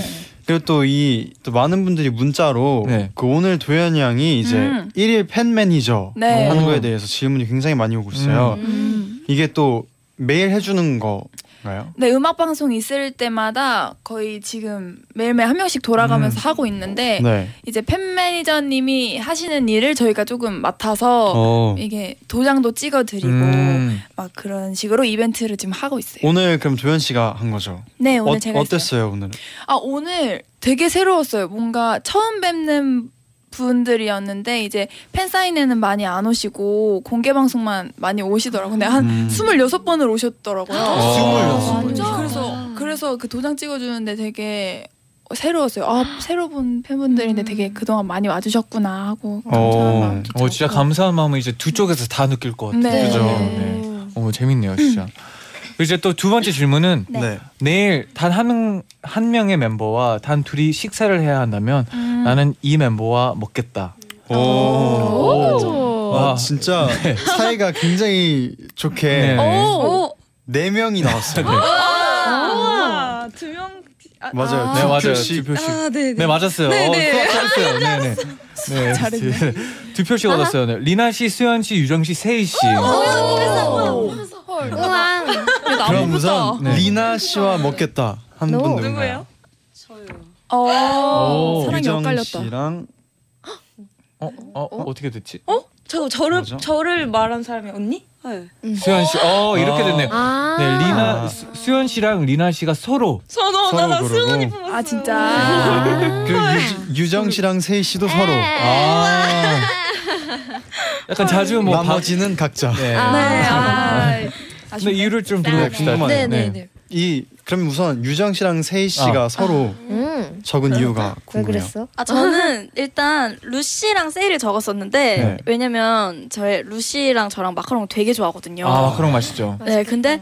S4: 그리고 또 이 또 많은 분들이 문자로
S5: 네.
S4: 그 오늘 도현이 양이 이제
S9: 음.
S4: 1일 팬 매니저
S9: 네.
S4: 하는
S9: 음.
S4: 거에 대해서 질문이 굉장히 많이 오고 있어요.
S5: 음.
S4: 이게 또 매일 해주는 거가요?
S9: 네, 음악 방송 있을 때마다 거의 지금 매일매일 한 명씩 돌아가면서 하고 있는데
S4: 음. 네.
S9: 이제 팬 매니저님이 하시는 일을 저희가 조금 맡아서
S4: 어.
S9: 이게 도장도 찍어드리고
S4: 음.
S9: 막 그런 식으로 이벤트를 지금 하고 있어요.
S4: 오늘 그럼 도현 씨가 한 거죠?
S9: 네, 오늘
S4: 어,
S9: 제가
S4: 어땠어요 오늘?
S9: 아 오늘 되게 새로웠어요. 뭔가 처음 뵙는 분들이었는데 이제 팬 사인회는 많이 안 오시고 공개 방송만 많이 오시더라고요. 근데 한
S4: 음.
S9: 스물여섯 번을 오셨더라고요.
S4: 아, 스물여섯 번이요?
S9: 완전 그래서 그래서 그 도장 찍어 주는데 되게 새로웠어요. 아, 새로 본 팬분들인데 되게 그동안 많이 와 주셨구나 하고
S5: 어, 어, 진짜 감사한 마음을 이제 두 쪽에서 다 느낄 것 같아요.
S9: 네.
S5: 그죠? 네. 어, 재밌네요, 진짜. 그리고 이제 또 두 번째 질문은
S9: 네.
S5: 내일 단 한 한 명의 멤버와 단 둘이 식사를 해야 한다면 나는 이 멤버와 먹겠다.
S9: 어.
S4: 오, 와, 진짜
S5: 네.
S4: 사이가 굉장히 좋게
S9: 오.
S4: 네 명이 나왔어요.
S9: 우와.
S10: 두명
S4: 맞아요.
S5: 네,
S4: 두
S5: 맞아요.
S4: 표씩.
S5: 두 표씩.
S10: 아, 네, 네.
S5: 맞았어요.
S10: 네, 네.
S5: 어, 수학 잘했어요. 네, 네. 네.
S10: 잘했네.
S5: 두 표씩 얻었어요. 네. 리나 씨, 수현 씨, 유정 씨, 세희 씨.
S16: 우와.
S9: 아,
S4: 그럼 우선 리나 씨와 먹겠다 한 분 누군가요?
S9: 어,
S5: 오.
S9: 사랑이
S5: 유정
S9: 엇갈렸다.
S4: 어, 씨랑
S5: 어, 어, 어? 어떻게 됐지?
S10: 어? 저 저를
S5: 뭐죠?
S10: 저를 말한 사람이 언니? 네.
S5: 수현 씨, 어 이렇게
S10: 아.
S5: 됐네요.
S10: 아.
S5: 네, 리나 수, 수현 씨랑 리나 씨가 서로
S10: 선호
S5: 서로
S10: 나나
S5: 그러고.
S10: 수은이
S9: 아 진짜.
S4: 그리고 유, 유정 씨랑 세희 씨도 서로
S5: 네, 아. 약간 자주 뭐 밥-
S4: 나머지는 각자. 아.
S5: 네.
S10: 아.
S5: 근데 이유를 좀
S4: 네,
S5: 들어봅시다.
S4: 궁금하네요. 이 그럼 우선 유정 씨랑 세희 씨가
S5: 아.
S4: 서로
S16: 음. 응.
S4: 적은 이유가
S16: 왜
S4: 궁금해요.
S16: 그랬어?
S10: 아 저는 일단 루시랑 세일을 적었었는데
S5: 네.
S10: 왜냐면 저의 루시랑 저랑 마카롱 되게 좋아하거든요.
S5: 아 마카롱 맛있죠.
S10: 네, 근데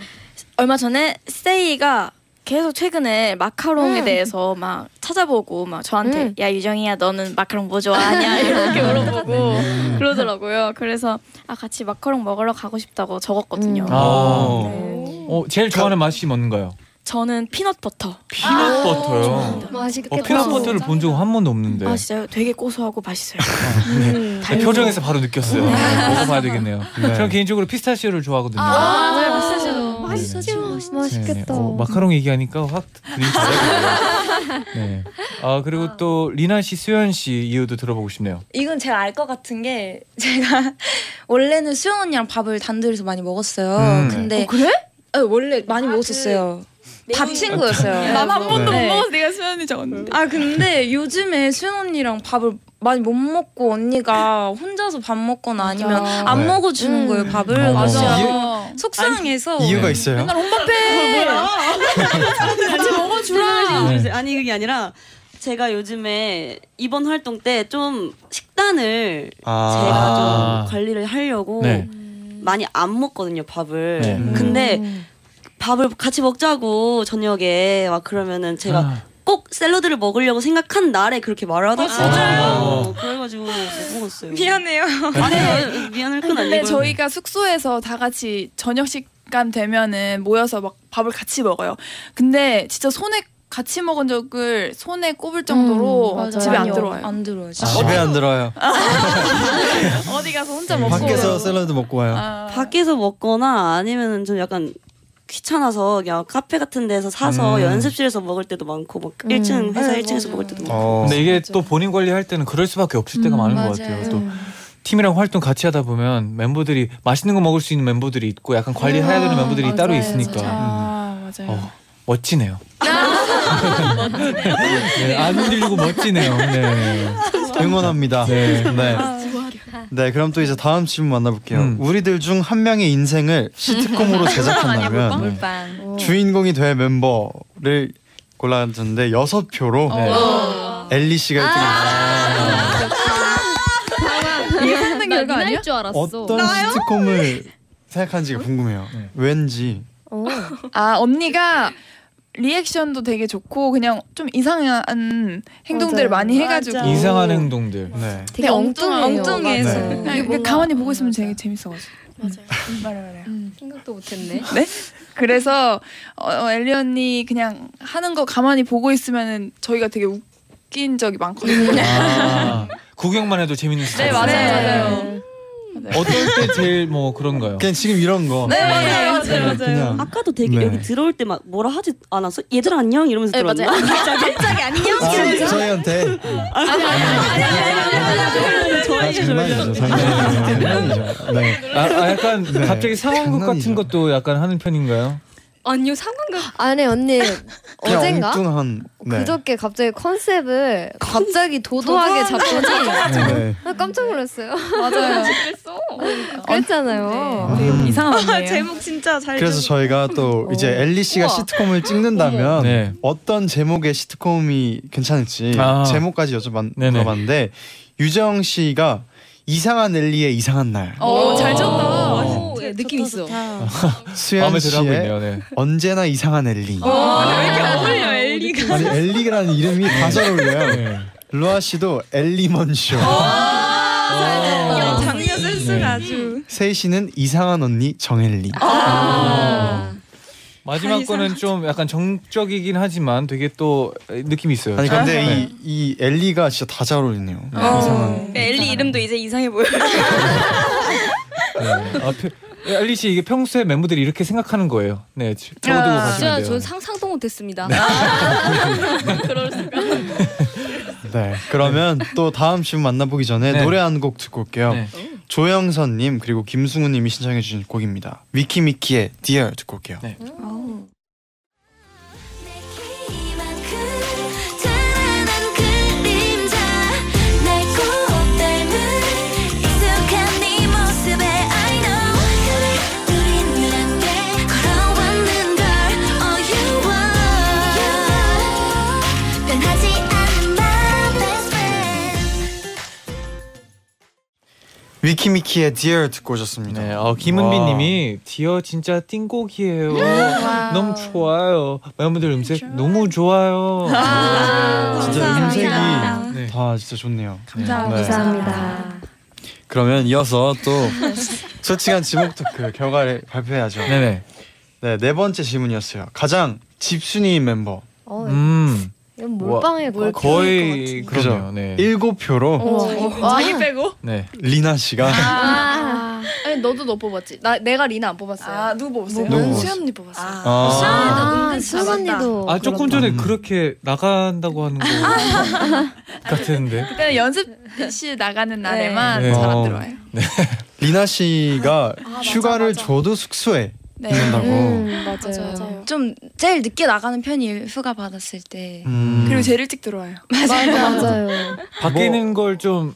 S10: 얼마 전에 세이가 계속 최근에 마카롱에
S11: 음.
S10: 대해서 막 찾아보고 막 저한테
S11: 음.
S10: 야 유정이야 너는 마카롱 뭐 좋아하냐 이렇게 물어보고
S15: 음.
S10: 그러더라고요. 그래서 아 같이 마카롱 먹으러 가고 싶다고 적었거든요.
S15: 음.
S5: 아, 어 제일 좋아하는 맛이 뭔가요?
S10: 저는 피넛 버터.
S5: 피넛 버터요.
S10: 맛있겠다.
S5: 어, 피넛 버터를 본 적 한 번도 없는데.
S15: 네.
S10: 아 진짜요? 되게 고소하고 맛있어요.
S5: 네, 표정에서 바로 느꼈어요. 네, 먹어봐야 되겠네요.
S14: 네.
S5: 저는 개인적으로 피스타치오를 좋아하거든요.
S14: 맞아요.
S10: 맛있죠.
S16: 맛있죠.
S5: 네,
S16: 맛있겠다.
S5: 어, 마카롱 얘기하니까 확 분위기 달라지네요. 네. 아 그리고 또 리나 씨, 수현 씨 이유도 들어보고 싶네요.
S15: 이건 제가 알 것 같은 게 제가 원래는 수영 언니랑 밥을 단둘이서 많이 먹었어요.
S5: 음.
S15: 근데
S5: 어,
S15: 그래?
S9: 아,
S15: 원래 많이
S10: 아, 그
S15: 먹었었어요. 밥 친구였어요.
S9: 난 한 번도
S15: 네.
S9: 못 먹어서 뭐, 내가 수현이 적었는데.
S15: 아 근데 요즘에 수연 언니랑 밥을 많이 못 먹고 언니가 혼자서 밥 먹거나 아니면 안
S4: 네.
S15: 먹어주는 거예요 밥을
S4: 어.
S15: 그래서
S4: 맞아.
S9: 예.
S15: 제가 속상해서
S4: 이유가 있어요? 맨날
S15: 혼밥해
S13: 같이
S15: 먹어주라.
S5: 네.
S13: 아니 그게 아니라 제가 요즘에 이번 활동 때 좀 식단을
S14: 아.
S13: 제가 좀 관리를 하려고
S14: 네.
S13: 많이 안 먹거든요 밥을. 음.
S14: 네.
S13: 근데 밥을 같이 먹자고 저녁에 막 그러면은 제가
S5: 아.
S13: 꼭 샐러드를 먹으려고 생각한 날에 그렇게 말하다.
S14: 진짜요?
S13: 그래가지고 못 먹었어요.
S8: 미안해요.
S13: 아니 미안할 건
S9: 근데
S13: 아니고.
S9: 저희가 숙소에서 다 같이 저녁 시간 되면은 모여서 막 밥을 같이 먹어요. 근데 진짜 손에 같이 먹은 적을 손에 꼽을 정도로
S15: 맞아요.
S9: 집에 안
S15: 아니요,
S9: 들어와요.
S15: 안 들어요. 진짜.
S14: 집에 안 들어요.
S9: 어디 가서 혼자 먹고
S14: 밖에서 샐러드 먹고 와요.
S9: 아.
S13: 아. 밖에서 먹거나 아니면은 좀 약간 귀찮아서 그냥 카페 같은 데서 사서
S5: 음.
S13: 연습실에서 먹을 때도 많고 막 1층 회사
S5: 네,
S13: 1층에서 먹을
S4: 어.
S13: 때도 많고
S5: 근데 이게 또 본인 관리할 때는 그럴 수밖에 없을
S9: 음,
S5: 때가 많은 것
S13: 맞아요.
S5: 같아요. 또 팀이랑 활동 같이 하다 보면 멤버들이 맛있는 거 먹을 수 있는 멤버들이 있고 약간 관리해야
S9: 음,
S5: 되는 멤버들이 따로 있으니까
S9: 아 맞아요.
S5: 어, 멋지네요. 네, 안 흔들리고 멋지네요. 네.
S4: 응원합니다.
S5: 네.
S4: 네. 네, 그럼 또 이제 다음 질문 만나볼게요. 우리들 중 한 명의 인생을 시트콤으로 제작한다면
S9: 물빵.
S4: 주인공이 될 멤버를 골랐는데 여섯 표로 네. 엘리 씨가 1등입니다.
S9: 이게 상등 결과 아니야?
S11: 줄 알았어.
S4: 어떤 시트콤을 생각하는지가 궁금해요. 왠지
S16: 어,
S9: 아 언니가 리액션도 되게 좋고 그냥 좀 이상한
S5: 맞아요.
S9: 행동들을 많이 해가지고
S5: 이상한 행동들. 네.
S9: 되게 엉뚱해요.
S5: 엉뚱해서.
S9: 맞아요.
S5: 네.
S9: 그냥
S5: 이게 뭔가-
S9: 가만히 보고 있으면 되게 재밌어가지고. 음.
S11: 생각도 못했네.
S9: 네? 그래서 어, 어, 엘리 언니 그냥 하는 거 가만히 보고 있으면은 저희가 되게 웃긴 적이 많거든요.
S5: 아, 구경만 해도 재밌는 스타일.
S9: 네, 맞아요, 맞아요.
S5: 어떨 때 제일 뭐 그런가요?
S4: 그냥 지금 이런 거.
S13: 네, 맞아요, 맞아요,
S5: 네,
S13: 맞아요.
S5: 그냥.
S13: 아까도 되게
S5: 네.
S13: 여기 들어올 때 막 뭐라 하지 않았어? 얘들아 안녕 이러면서
S14: 네,
S13: 들어왔나?
S14: 맞아요.
S13: 갑자기 갑자기 안녕.
S14: 아, 저희한테
S4: 아,
S13: 저희
S14: 장난이죠.
S5: 장난이죠. 아, 아, 약간
S14: 네.
S5: 갑자기 상황극 같은 것도 약간 하는 편인가요?
S16: 아니요 상관가 아니 언니
S5: 그냥
S16: 어젠가
S5: 엉뚱한,
S4: 네.
S16: 그저께 갑자기 컨셉을 갑자기 도도하게
S14: 도도하게
S16: 잡더니
S4: 네.
S16: 아, 깜짝 놀랐어요.
S14: 맞아요.
S16: 그랬어.
S8: 아, 네.
S16: 그랬잖아요.
S4: 음.
S13: 제목 진짜 잘.
S4: 그래서 저희가 또 이제 엘리 씨가
S16: 어. 우와.
S4: 시트콤을 찍는다면 어떤 제목의 시트콤이 괜찮을지
S5: 네. 아.
S4: 제목까지 여쭤봤는데 유정 씨가 이상한 엘리의 이상한 날
S9: 어. 오잘
S15: 어.
S9: 쳤다.
S15: 예,
S11: 야, 느낌 있어.
S4: 수현
S5: 아, 마음에 들어 하고
S4: 씨의
S5: 있네요, 네.
S4: 언제나 이상한 엘리
S16: 어.
S15: 어.
S14: 왜 이렇게
S11: 어울려
S14: 엘리가?
S4: 아니 엘리라는 이름이
S5: 네.
S4: 다 잘 어울려요 루아 씨도 엘리먼쇼
S16: 어.
S15: 어.
S14: 장면
S4: 네.
S14: 센스가 아주.
S4: 세희 씨는 이상한 언니 정엘리
S16: 아,
S5: 마지막 거는 좀 약간 정적이긴 하지만 되게 또 느낌이 있어요.
S4: 아니 근데
S5: 네.
S4: 이, 이 엘리가 진짜 다 잘 어울리네요
S10: 엘리 이름도 이제 이상해 보여.
S5: 네. 아, 표- 예, 알리 씨 이게 평소에 멤버들이 이렇게 생각하는 거예요. 네, 지- 적어두고 가시면
S11: 진짜
S5: 돼요.
S11: 전 상상도 못했습니다. 그럴 수가.
S4: 네. 그러면 또 다음 신 만나보기 전에
S5: 네.
S4: 노래 한 곡 듣고 올게요.
S5: 네.
S4: 조영선님 그리고 김승우님이 신청해주신 곡입니다. 위키미키의 Dear 듣고
S5: 네.
S4: 올게요.
S6: 찬란한 그림자 날꼭 닮은 익숙한 네 모습에 I know 그래 둘이 함께 걸어왔는 걸 All you are 변하지
S4: 위키미키의 Dear 듣고 오셨습니다.
S5: 네, 어, 김은비님이 디어 진짜 띵곡이에요. 너무 좋아요. 여러분들 음색 너무 좋아요.
S1: 아,
S4: 진짜
S5: 네.
S4: 음색이
S1: 감사합니다.
S4: 네. 다 진짜 좋네요. 네.
S1: 감사합니다.
S14: 그러면 이어서 또
S4: 솔직한 지목 토크 결과를 발표해야죠.
S5: 네네.
S4: 네, 네 번째 질문이었어요. 가장 집순이인 멤버.
S16: 어,
S5: 음.
S16: 이건 몰빵일 것 같아.
S4: 거의 그죠. 일곱 표로
S16: 어.
S8: 자기 빼고?
S5: 네.
S4: 리나 씨가
S8: 아. 아니 너도 너 뽑았지. 나 내가 리나 안 뽑았어요. 아 누구 뽑았어요?
S4: 누구 뽑았어?
S8: 수현 언니 뽑았어요.
S4: 아.
S16: 수현 언니도
S5: 아 조금
S4: 음.
S5: 전에 그렇게 나간다고 하는 거 같았는데.
S9: 그때는 연습실 나가는 날에만
S4: 네.
S9: 잘
S4: 어.
S9: 안 들어와요.
S4: 리나 씨가 아, 휴가를 줘도 숙소에
S15: 네.
S4: 있는다고.
S10: 음.
S16: 음,
S15: 맞아요. 좀 제일 늦게 나가는 편이에요. 휴가 받았을 때.
S4: 음.
S9: 그리고 제일 일찍 들어와요.
S15: 맞아요.
S16: 맞아요.
S4: 뭐-
S5: 바뀌는 걸 좀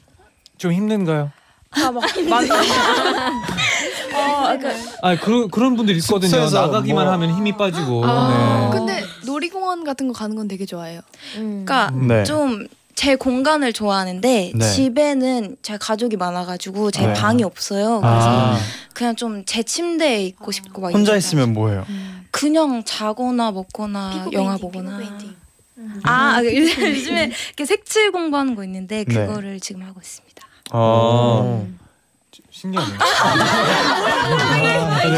S5: 좀 힘든가요?
S8: 아막 맞아. 어, 그러니까,
S5: 아 그런 그런 분들 있거든요.
S4: 숙소에서
S5: 나가기만
S4: 뭐-
S5: 하면 힘이 빠지고.
S8: 아,
S5: 네.
S8: 근데 놀이공원 같은 거 가는 건 되게 좋아해요.
S15: 그러니까
S5: 네.
S15: 좀 제 공간을 좋아하는데
S5: 네.
S15: 집에는 제 가족이 많아가지고 제
S4: 네.
S15: 방이 없어요. 그래서
S4: 아.
S15: 그냥 좀 제 침대에 있고 싶고 막
S4: 혼자
S15: 이래요.
S4: 있으면 뭐해요?
S15: 그냥 자거나 먹거나 영화 보거나. 아, 아, 요즘에 이렇게 색칠 공부하는 거 있는데
S4: 네.
S15: 그거를 지금 하고 있습니다.
S10: 아.
S4: 어.
S5: 신기하네.
S10: 네,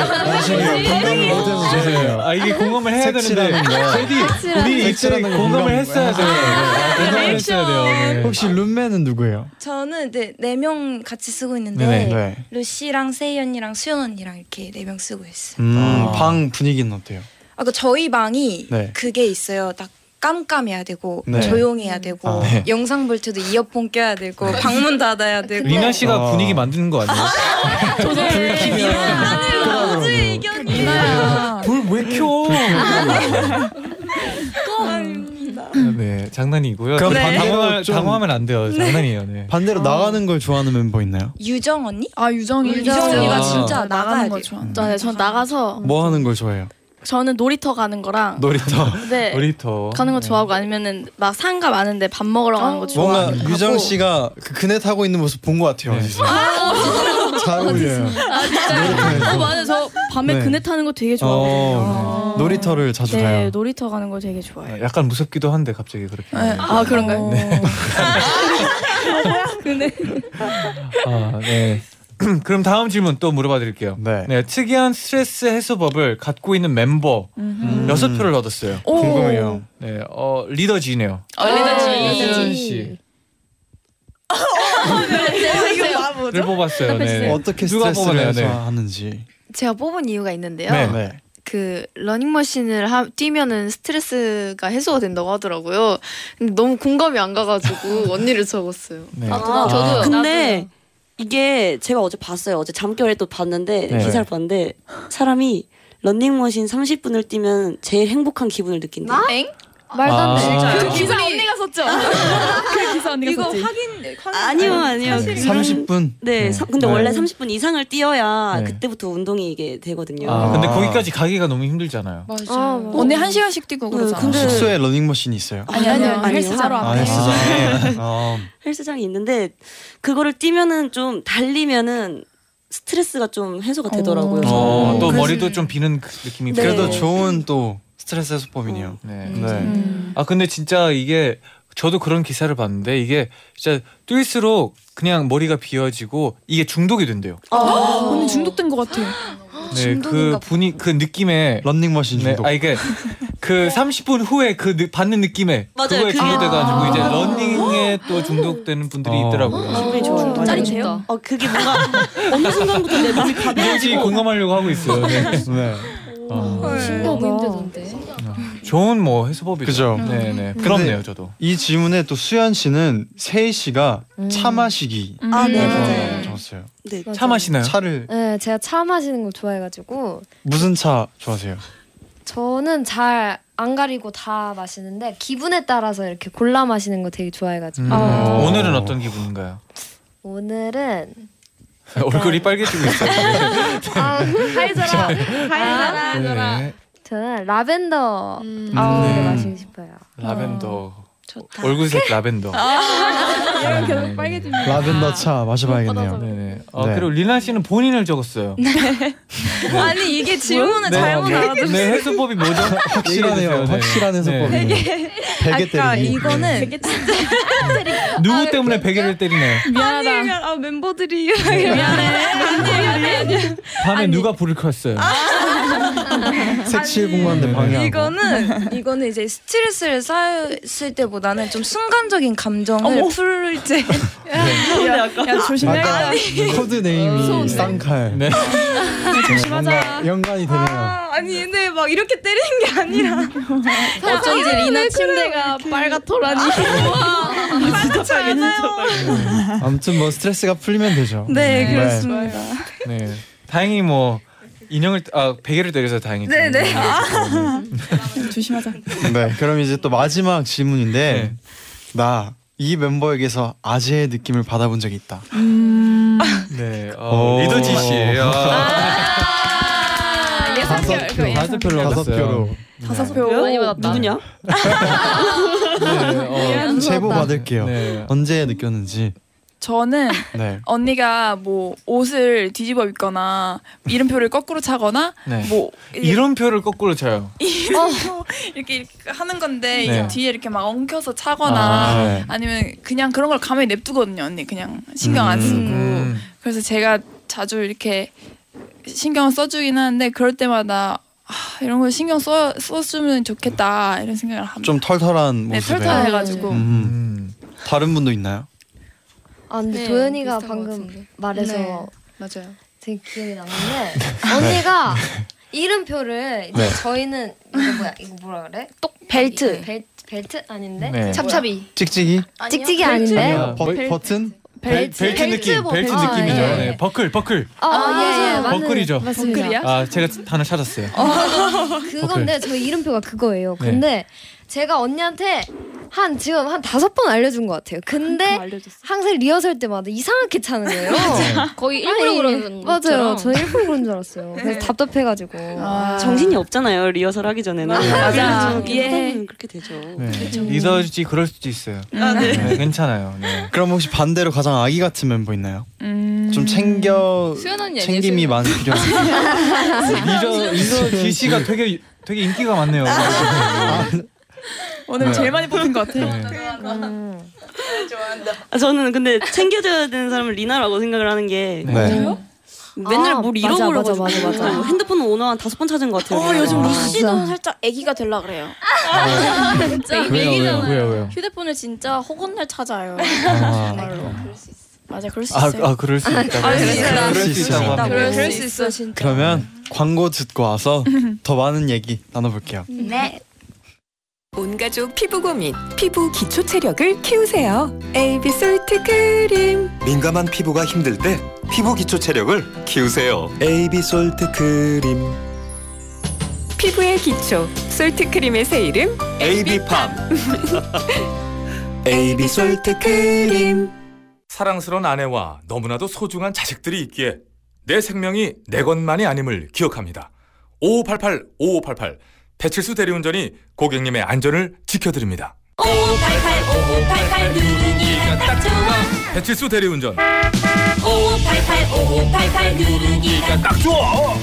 S4: 네. 죄송해요.
S5: 아 이게 공감을 해야 되는데
S4: 색칠하는 거.
S5: 제디 우리 입술이
S4: 색칠하는 거
S5: 공감을 했어야 돼요. 공감을
S15: 리액션.
S5: 했어야 돼요. 네.
S4: 혹시 룸메는 누구예요?
S15: 저는 네, 네명 같이 쓰고 있는데
S4: 네네. 네.
S15: 루시랑 세이 언니랑 수연 언니랑 이렇게 네 명 쓰고 있어요.
S10: 아.
S4: 음, 방 분위기는 어때요?
S15: 아까 그 저희 방이
S4: 네.
S15: 그게 있어요. 딱 깜깜해야 되고
S4: 네.
S15: 조용해야 되고
S5: 아, 네.
S15: 영상 볼 때도 이어폰 껴야 되고
S4: 네.
S15: 방문 닫아야
S4: 그
S15: 되고
S5: 리나 씨가 분위기 만드는 거 아니에요?
S15: 아니
S10: 아.
S4: 네.
S15: 이견이야.
S5: 불왜 켜? 네 장난이고요.
S4: 그럼
S5: 네.
S4: 반대로
S5: 당황할-
S4: 좀-
S5: 당황하면 안 돼요. 장난이에요. 네.
S4: 반대로 나가는 걸 좋아하는 멤버 있나요?
S15: 유정 언니?
S9: 아 유정이
S15: 유정
S4: 언니가 진짜
S10: 나가는 거
S9: 좋아.
S10: 네, 전 나가서
S4: 뭐 하는 걸 좋아해요?
S10: 저는 놀이터 가는 거랑
S4: 놀이터.
S10: 네.
S4: 놀이터.
S10: 가는 거 좋아하고 아니면은 막 상가 많은데 밥 먹으러 가는 거 좋아. 뭐. 네.
S14: 뭔가 유정 씨가 그 그네 타고 있는 모습 본 것 같아요. 어디서. 잘 어울려요.
S10: 아 진짜. 어 맞아 저 밤에
S4: 네.
S10: 그네 타는 거 되게 좋아하거든요.
S4: 네. 놀이터를 자주
S10: 네,
S4: 가요.
S10: 놀이터 가는 거 되게 좋아해요.
S5: 아, 약간 무섭기도 한데 갑자기 그렇게.
S9: 네.
S10: 아 그런가요? 근데
S5: 아, 네. 그럼 다음 질문 또 물어봐 드릴게요. 네. 특이한 스트레스 해소법을 갖고 있는 멤버
S9: 음.
S4: 음.
S5: 여섯 표를 얻었어요.
S4: 오. 궁금해요.
S5: 네, 어 리더지네요.
S9: 아.
S1: 어, 리더지.
S5: 세연 씨를 뽑았어요. 네.
S4: 어떻게
S5: 누가
S4: 스트레스를
S5: 뽑아내요?
S4: 해서
S5: 네.
S4: 하는지.
S17: 제가 뽑은 이유가 있는데요.
S4: 네. 네.
S17: 그 러닝머신을 하, 뛰면은 스트레스가 해소가 된다고 하더라고요. 근데 너무 공감이 안 가가지고 언니를 적었어요.
S13: 네.
S17: 나도,
S13: 아,
S17: 저도요.
S13: 근데 이게 제가 어제 봤어요. 어제 잠결에 또 봤는데
S17: 네.
S13: 기사를 봤는데 사람이 런닝머신 30분을 뛰면 제일 행복한 기분을
S16: 아.
S13: 느낀다.
S8: 엥?
S13: 말도
S5: 아.
S13: 안 돼. 진짜요?
S8: 그 기사 언니가 썼죠. 그 기사 언니가
S13: 이거
S8: 썼지.
S13: 확인 아니요 아니요.
S8: 사실은.
S13: 그런-
S4: 30분?
S13: 네. 사- 근데
S5: 네.
S13: 원래 30분 이상을 뛰어야
S5: 네.
S13: 그때부터 운동이 이게 되거든요.
S5: 아, 근데 거기까지 가기가 너무 힘들잖아요.
S8: 맞아.
S9: 어.
S13: 언니
S8: 한 시간씩 뛰고
S9: 네,
S8: 그러잖아.
S9: 그러니까.
S4: 숙소에 러닝머신이 있어요?
S13: 아니, 아니요, 아니요.
S4: 헬스장.
S13: 헬스장으로
S4: 아,
S13: 안 해요.
S4: 헬스장에. 어.
S13: 헬스장이 있는데 그거를 뛰면은 좀 달리면은 스트레스가 좀 해소가 되더라고요.
S5: 어, 또
S13: 그래서-
S5: 머리도 좀 비는 그 느낌이
S13: 네.
S4: 그래도
S5: 있고.
S4: 좋은 또 스트레스 해소법이네요.
S5: 네.
S8: 음.
S4: 네.
S10: 음.
S5: 아 근데 진짜 이게 저도 그런 기사를 봤는데 이게 진짜 뛸수록 그냥 머리가 비어지고 이게 중독이 된대요.
S8: 언니 중독된 것 같아.
S5: 네, 그 분이 그 느낌에
S4: 런닝머신
S5: 중독. 아 이게 그 30분 후에 그 느- 받는 느낌에
S13: 맞아요,
S5: 그거에
S13: 그게.
S5: 중독돼가지고
S13: 아.
S5: 이제 런닝에 또 중독되는 분들이 있더라고요.
S13: 기분이 좋은 거 짜릿해요. 어 그게 뭔가 어느 순간부터 내 몸이
S5: 뭔지
S13: 가벼워지고
S5: 공감하려고 하고 있어요. 네.
S8: 네.
S5: 어,
S9: 네.
S11: 신경 힘들던데.
S5: 좋은 뭐 해소법이죠.
S4: 그죠.
S5: 네네.
S4: 근데
S5: 부럽네요 저도.
S4: 이 질문에 또 수현 씨는 세희 씨가 차 마시기.
S9: 음.
S8: 음.
S16: 아, 네,
S4: 그래서
S16: 음, 맞아요.
S4: 적었어요.
S13: 네.
S16: 차 마시나요?
S4: 차를
S16: 네, 제가 차 마시는 거 좋아해가지고
S4: 무슨 차 좋아하세요?
S16: 저는 잘 안 가리고 다 마시는데 기분에 따라서 이렇게 골라 마시는 거 되게 좋아해가지고
S5: 음. 오늘은 어떤 기분인가요?
S16: 오늘은
S5: 얼굴이 빨개지고 있어요.
S16: 아 가이저라
S15: 아,
S16: 가이저라
S5: 네. 음.
S16: 저는 라벤더 아우를 마시고 싶어요.
S5: 라벤더.
S15: 좋다. 아.
S5: 얼굴색 라벤더. 네,
S15: 이러면
S5: 결국
S15: 빨개집니다.
S14: 라벤더 차 마셔봐야겠네요.
S5: 네네. 어,
S14: 네.
S5: 그리고 릴라 씨는 본인을 적었어요.
S15: 아니 이게 질문을
S5: 네,
S15: 네, 잘못
S5: 네,
S15: 알아듣고
S5: 네, 해소법이 뭐죠?
S14: 확실하네요. 확실한 해소법이네요.
S15: 되게
S14: 베개
S15: 아까
S14: 때리기.
S15: 이거는
S5: 네.
S15: 아,
S5: 누구 때문에 베개를 때리네.
S15: 미안하다. 아니, 미안, 아, 멤버들이 미안해. 미안해. 미안해.
S5: 밤에 누가 불을 켰어요.
S14: 색칠
S5: 네.
S14: 공간대 방해하고.
S15: 아, 이거는 이거는 이제 스트레스를 쌓였을 때보다는 좀 순간적인 감정을 풀 때. 야, 야
S14: 아까
S15: 조심해야겠다.
S14: 코드 네임이 쌍칼.
S5: 네.
S14: 뭔가 연관이 되네요.
S15: 아니 근데 막 이렇게 때리는 게 아니라
S10: 어쩐지 리나 침대가 빨갛더라니.
S15: 빨갛지 않아요.
S14: 아무튼 뭐 스트레스가 풀리면 되죠.
S15: 네 그렇습니다.
S5: 네. 다행히 뭐 인형을 아 베개를 때려서 다행이죠.
S15: 네네. 아.
S8: 조심하자.
S4: 네, 그럼 이제 또 마지막 질문인데 나 이 멤버에게서 아재의 느낌을 받아본 적이 있다.
S5: 네. 어, 리더지 씨.
S14: 아,
S10: 아,
S5: 아,
S14: 다섯
S8: 그
S14: 표,
S8: 예.
S14: 다섯 표로 다섯 표로.
S8: 다섯 표 많이 받았다.
S13: 누구냐?
S5: 네,
S4: 어, 제보 받을게요.
S14: 네.
S4: 언제 느꼈는지.
S9: 저는
S4: 네.
S9: 언니가 뭐 옷을 뒤집어 입거나 이름표를 거꾸로 차거나
S5: 네.
S9: 뭐
S5: 이런 표를 거꾸로 쳐요.
S9: 이렇게 이렇게 하는 건데
S5: 네.
S9: 이제 뒤에 이렇게 막 엉켜서 차거나
S5: 아, 네.
S9: 아, 니면 그냥 그런 걸 가만히 냅두거든요 언니 그냥 신경 안 쓰고
S5: 음.
S9: 그래서 제가 자주 이렇게 신경 써주긴 하는데 그럴 때마다 아, 이런 거 신경 써 써주면 좋겠다 이런 생각을 합니다.
S4: 좀 털털한
S9: 네,
S4: 모습에.
S9: 털털해가지고.
S4: 음. 다른 분도 있나요?
S16: 아 근데
S9: 네,
S16: 도현이가
S9: 비슷한 것
S16: 방금
S9: 같은데.
S16: 말해서
S9: 네, 맞아요.
S16: 되게 기억이 남는데 언니가 이름표를 이제
S1: 네.
S16: 저희는 이거 뭐야 이거 뭐라 그래? 똑
S15: 벨트.
S16: 벨, 벨트 아닌데
S4: 네.
S16: 찹찹이
S4: 찍찍이?
S16: 찍찍이 아닌데
S5: 어,
S4: 아, 버, 버튼?
S16: 벨트.
S5: 네. 벨, 트 느낌,
S16: 벨트
S5: 벨트
S16: 뭐- 아,
S5: 느낌이죠.
S16: 예.
S5: 네, 버클, 버클. 네,
S16: 아, 아, 예, 예, 맞는-
S5: 버클이죠.
S16: 맞습니다. 버클이야?
S5: 아, 제가 단어 찾았어요.
S16: 어, 그건데
S5: 오케이.
S16: 저 이름표가 그거예요.
S5: 네.
S16: 근데 제가 언니한테 한 지금 한 다섯 번 알려준 것 같아요. 근데 항상 리허설 때마다 이상하게 차는 거예요.
S5: 네.
S11: 거의 일부러
S16: 아니,
S11: 그러는
S16: 맞아요.
S11: 것처럼.
S16: 저 일부러 그런 줄 알았어요. 그래서 답답해가지고
S13: 정신이 없잖아요 리허설 하기 전에는.
S16: 맞아.
S13: 그래서
S16: 예.
S13: 그러면 그렇게 되죠.
S5: 네. 리더지 그럴 수도 있어요.
S13: 아, 네.
S5: 괜찮아요.
S4: 그럼 혹시 반대로 가장 아기 같은 멤버 있나요?
S9: 음.
S4: 좀 챙겨
S11: 수연 언니 아니에요,
S4: 챙김이 많은 필요.
S5: 리더 리더지 씨가 되게 되게 인기가 많네요.
S9: 오늘
S5: 네.
S9: 제일 많이 뽑힌 것 그러니까 같아.
S13: 아, 저는 근데 챙겨줘야 되는 사람은 리나라고 생각을 하는 게.
S5: 네. 맞아요?
S13: 맨날
S10: 아,
S13: 뭘
S10: 맞아,
S13: 잃어버려서
S10: 맞아, 맞아, 맞아.
S13: 핸드폰 오너 한 다섯 번 찾은 것 같아요.
S10: 어, 요즘
S13: 아.
S10: 루시도 살짝 애기가 되려 그래요.
S5: 네.
S10: 진짜
S13: 왜요, 왜요,
S10: 애기잖아요.
S13: 왜요, 왜요?
S10: 휴대폰을 진짜 허건 날 찾아요. 정말로. 맞아, 그럴 수
S5: 아,
S10: 있어요.
S5: 아, 그럴 수 있다고.
S10: 아,
S5: 그럴
S10: 진짜.
S5: 수 있다고 합니다.
S10: 그럴
S5: 그럴
S10: 수 있어, 진짜.
S4: 그러면 광고 듣고 와서 더 많은 얘기 나눠볼게요.
S10: 음.
S12: 네. 온 가족 피부 고민, 피부 기초 체력을 키우세요. 에이비 솔트 크림.
S18: 민감한 피부가 힘들 때 피부 기초 체력을 키우세요. 에이비 솔트 크림.
S12: 피부의 기초, 솔트 크림의 새 이름
S18: 에이비팜. 에이비 솔트 크림.
S19: 사랑스러운 아내와 너무나도 소중한 자식들이 있기에 내 생명이 내 것만이 아님을 기억합니다. 5588 5588 배칠수 대리운전이 고객님의 안전을 지켜드립니다.
S1: 5588 누르기가 딱 좋아
S19: 배칠수 대리운전
S1: 5588 5588 누르기가 딱 좋아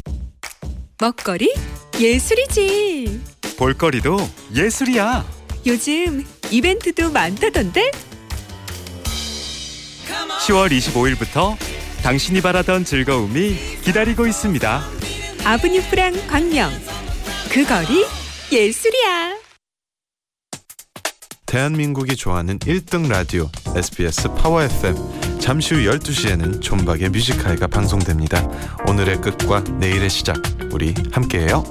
S12: 먹거리 예술이지.
S18: 볼거리도 예술이야.
S12: 요즘 이벤트도 많다던데?
S18: 10월 25일부터 당신이 바라던 즐거움이 기다리고 있습니다.
S12: 아브뉴프랑 광명. 그 거리 예술이야.
S20: 대한민국이 좋아하는 1등 라디오 SBS 파워 FM 잠시 후 12시에는 존박의 뮤지컬가 방송됩니다. 오늘의 끝과 내일의 시작 우리 함께해요.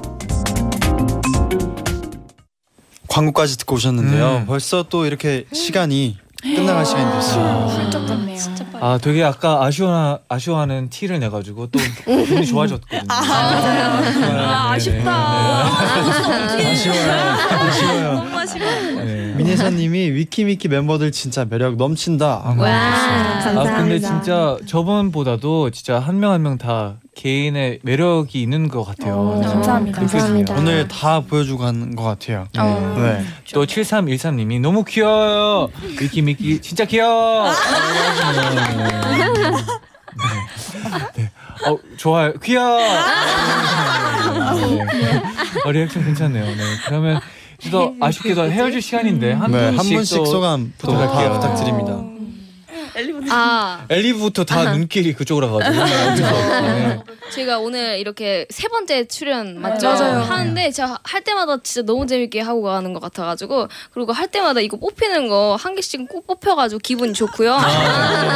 S4: 광고까지 듣고 오셨는데요.
S5: 음.
S4: 벌써 또 이렇게 시간이 끝나갈 시간이 됐어요.
S9: 훌쩍 갔네요.
S5: 아, 되게 아까 아쉬워 아쉬워하는 티를 내 가지고 또 기분이 좋아졌거든요.
S1: 아 아쉽다
S4: 아쉬워요.
S5: 네.
S4: 미네사님이 위키미키 멤버들 진짜 매력 넘친다. 하고
S1: 와,
S5: 아,
S4: 해주셨어요.
S5: 근데 진짜 저번보다도 진짜 한 명 한 명 다 개인의 매력이 있는 것 같아요.
S4: 어,
S5: 저는
S4: 감사합니다.
S5: 그렇게
S4: 감사합니다.
S5: 생각해요.
S4: 오늘 다 보여주고 간 것 같아요.
S5: 네. 또 7313님이 너무 귀여워요. 미키 미키 진짜 귀여워. 네. 어, 좋아요. 귀여워. 네. 어, 리액션 괜찮네요. 네. 그러면 또 아쉽게도 헤어질 시간인데 한
S4: 네, 한
S5: 분씩,
S4: 분씩
S5: 또
S4: 소감
S5: 또 부탁할게요.
S4: 부탁드립니다.
S11: 아
S14: 엘리부터 다 눈길이 그쪽으로 가가지고 네.
S11: 제가 오늘 이렇게 세 번째 출연 맞죠?
S14: 맞아요.
S11: 하는데 제가 할 때마다 진짜 너무 재밌게 하고 가는 것 같아가지고 그리고 할 때마다 이거 뽑히는 거 한 개씩 꼭 뽑혀가지고 기분이 좋고요. 아,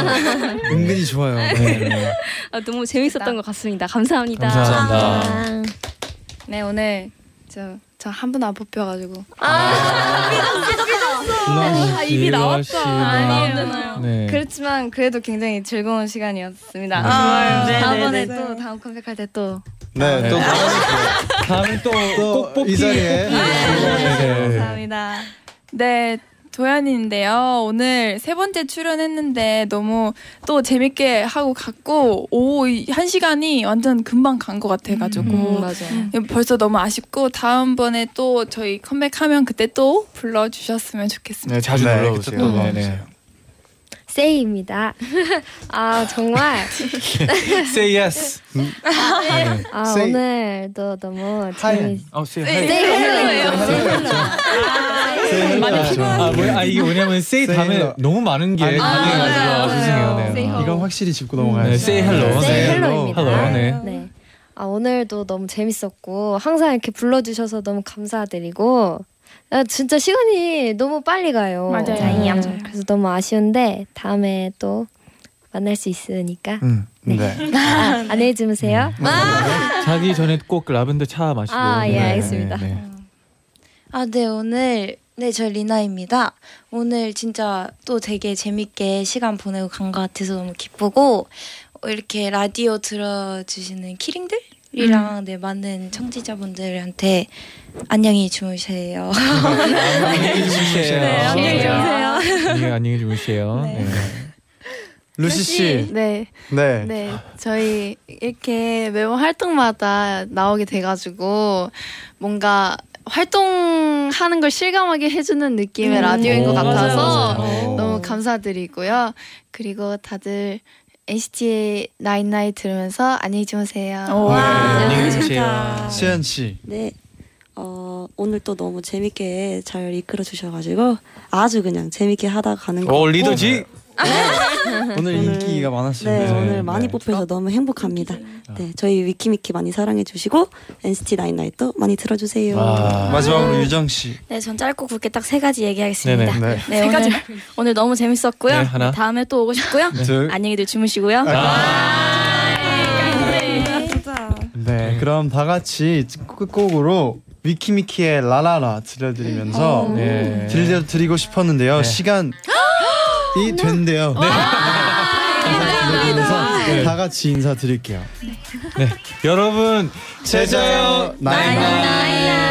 S4: 은근히 좋아요. 네.
S11: 너무
S8: 아.
S11: 재밌었던 것 같습니다. 감사합니다.
S4: 감사합니다.
S8: 네 오늘 저 저 한 분도 안 뽑혀가지고.
S5: 아, 입이 나왔어.
S8: 아니에요.
S5: 네.
S8: 그렇지만 그래도 굉장히 즐거운 시간이었습니다.
S5: 네.
S8: 좋아요.
S5: 네,
S8: 다음번에
S5: 네, 네.
S8: 또 다음 컴백할 때또
S4: 네,
S5: 또 다음에 또꼭 뽑기. 네.
S4: 이 자리에.
S9: 감사합니다. 네, 도현인데요. 오늘 세 번째 출연했는데 너무 또 재밌게 하고 갔고 오, 이한 시간이 완전 금방 간 것 같아가지고 네. 벌써 너무 아쉽고 다음번에 또 저희 컴백하면 그때 또 불러주셨으면 좋겠습니다.
S4: 네, 자주
S5: 네,
S4: 놀러오세요.
S5: 그쵸, 또
S4: 네,
S5: 놀러오세요.
S4: 네.
S16: 세이입니다. 아 정말
S5: Say yes.
S16: 아
S5: Say-
S4: 네.
S16: 오늘도 너무
S5: Hi.
S16: 재밌.
S5: 어, say
S16: Say
S5: hi.
S9: 네.
S16: hello. Say hello.
S4: 네.
S5: 아, 아, 뭐야? 아, 이게 뭐냐면 say 다음에 너무 많은 게
S4: 아,
S5: 가능해가지고 아, 죄송해요. 네.
S4: 이건 확실히 짚고 넘어가야죠.
S5: 네, say hello.
S16: Say
S5: 네.
S16: hello입니다.
S5: hello, 네.
S16: 네. 아 오늘도 너무 재밌었고 항상 이렇게 불러주셔서 너무 감사드리고 아, 진짜 시간이 너무 빨리 가요.
S9: 맞아요.
S16: 네. 그래서 너무 아쉬운데 다음에 또 만날 수 있으니까
S5: 음, 네.
S16: 아, 안녕히 주무세요.
S5: 자기 전에 꼭 라벤더 차 마시고.
S15: 아, 예,
S5: 네,
S15: 알겠습니다.
S5: 네, 네.
S15: 아, 네, 오늘, 네, 저 리나입니다. 오늘 진짜 또 되게 재밌게 시간 보내고 간 것 같아서 너무 기쁘고, 어, 이렇게 라디오 들어주시는
S10: 음.
S15: 키링들이랑, 네, 많은 청취자분들한테 안녕히 주무세요.
S5: 안녕히 주무세요.
S15: 네, 안녕히 주무세요.
S5: 네, 안녕히 주무세요. 네.
S4: 루시 씨.
S21: 네.
S4: 네.
S21: 네. 저희 이렇게 매번 활동마다 나오게 돼가지고 뭔가 활동하는 걸 실감하게 해주는 느낌의
S16: 음.
S21: 라디오인 것
S16: 오,
S21: 같아서
S16: 맞아요, 맞아요.
S21: 너무 감사드리고요. 그리고 다들 NCT의 나인나이 들으면서 안녕히 주무세요.
S4: 시현 씨.
S13: 네. 어, 오늘 또 너무 재밌게 잘 이끌어 주셔가지고 아주 그냥 재밌게 하다 가는 거.
S4: 오, 리더지? 오늘 인기가
S13: 네,
S4: 많았습니다.
S13: 오늘 많이 뽑혀서 너무 행복합니다. 네, 저희 위키미키 많이 사랑해 주시고 NCT 나인나이도 많이 들어주세요.
S4: 와. 아. 마지막으로 유정 씨.
S10: 네, 전 짧고 굵게 딱 세 가지 얘기하겠습니다.
S4: 네네, 네.
S10: 네,
S4: 세
S10: 오늘, 오늘 너무 재밌었고요.
S4: 네, 하나.
S10: 다음에 또 오고 싶고요.
S4: 네. 둘.
S10: 안녕히들 주무시고요.
S15: 아,
S4: 네, 그럼 다 같이 끝곡으로 위키미키의 라라라 들려드리면서
S14: 오. 네.
S4: 들려드리고
S5: 네.
S4: 싶었는데요. 시간이 네. 된대요. 그래서
S5: 네.
S4: 다 같이 인사드릴게요.
S5: 여러분 제자요
S4: 나이
S5: 나이.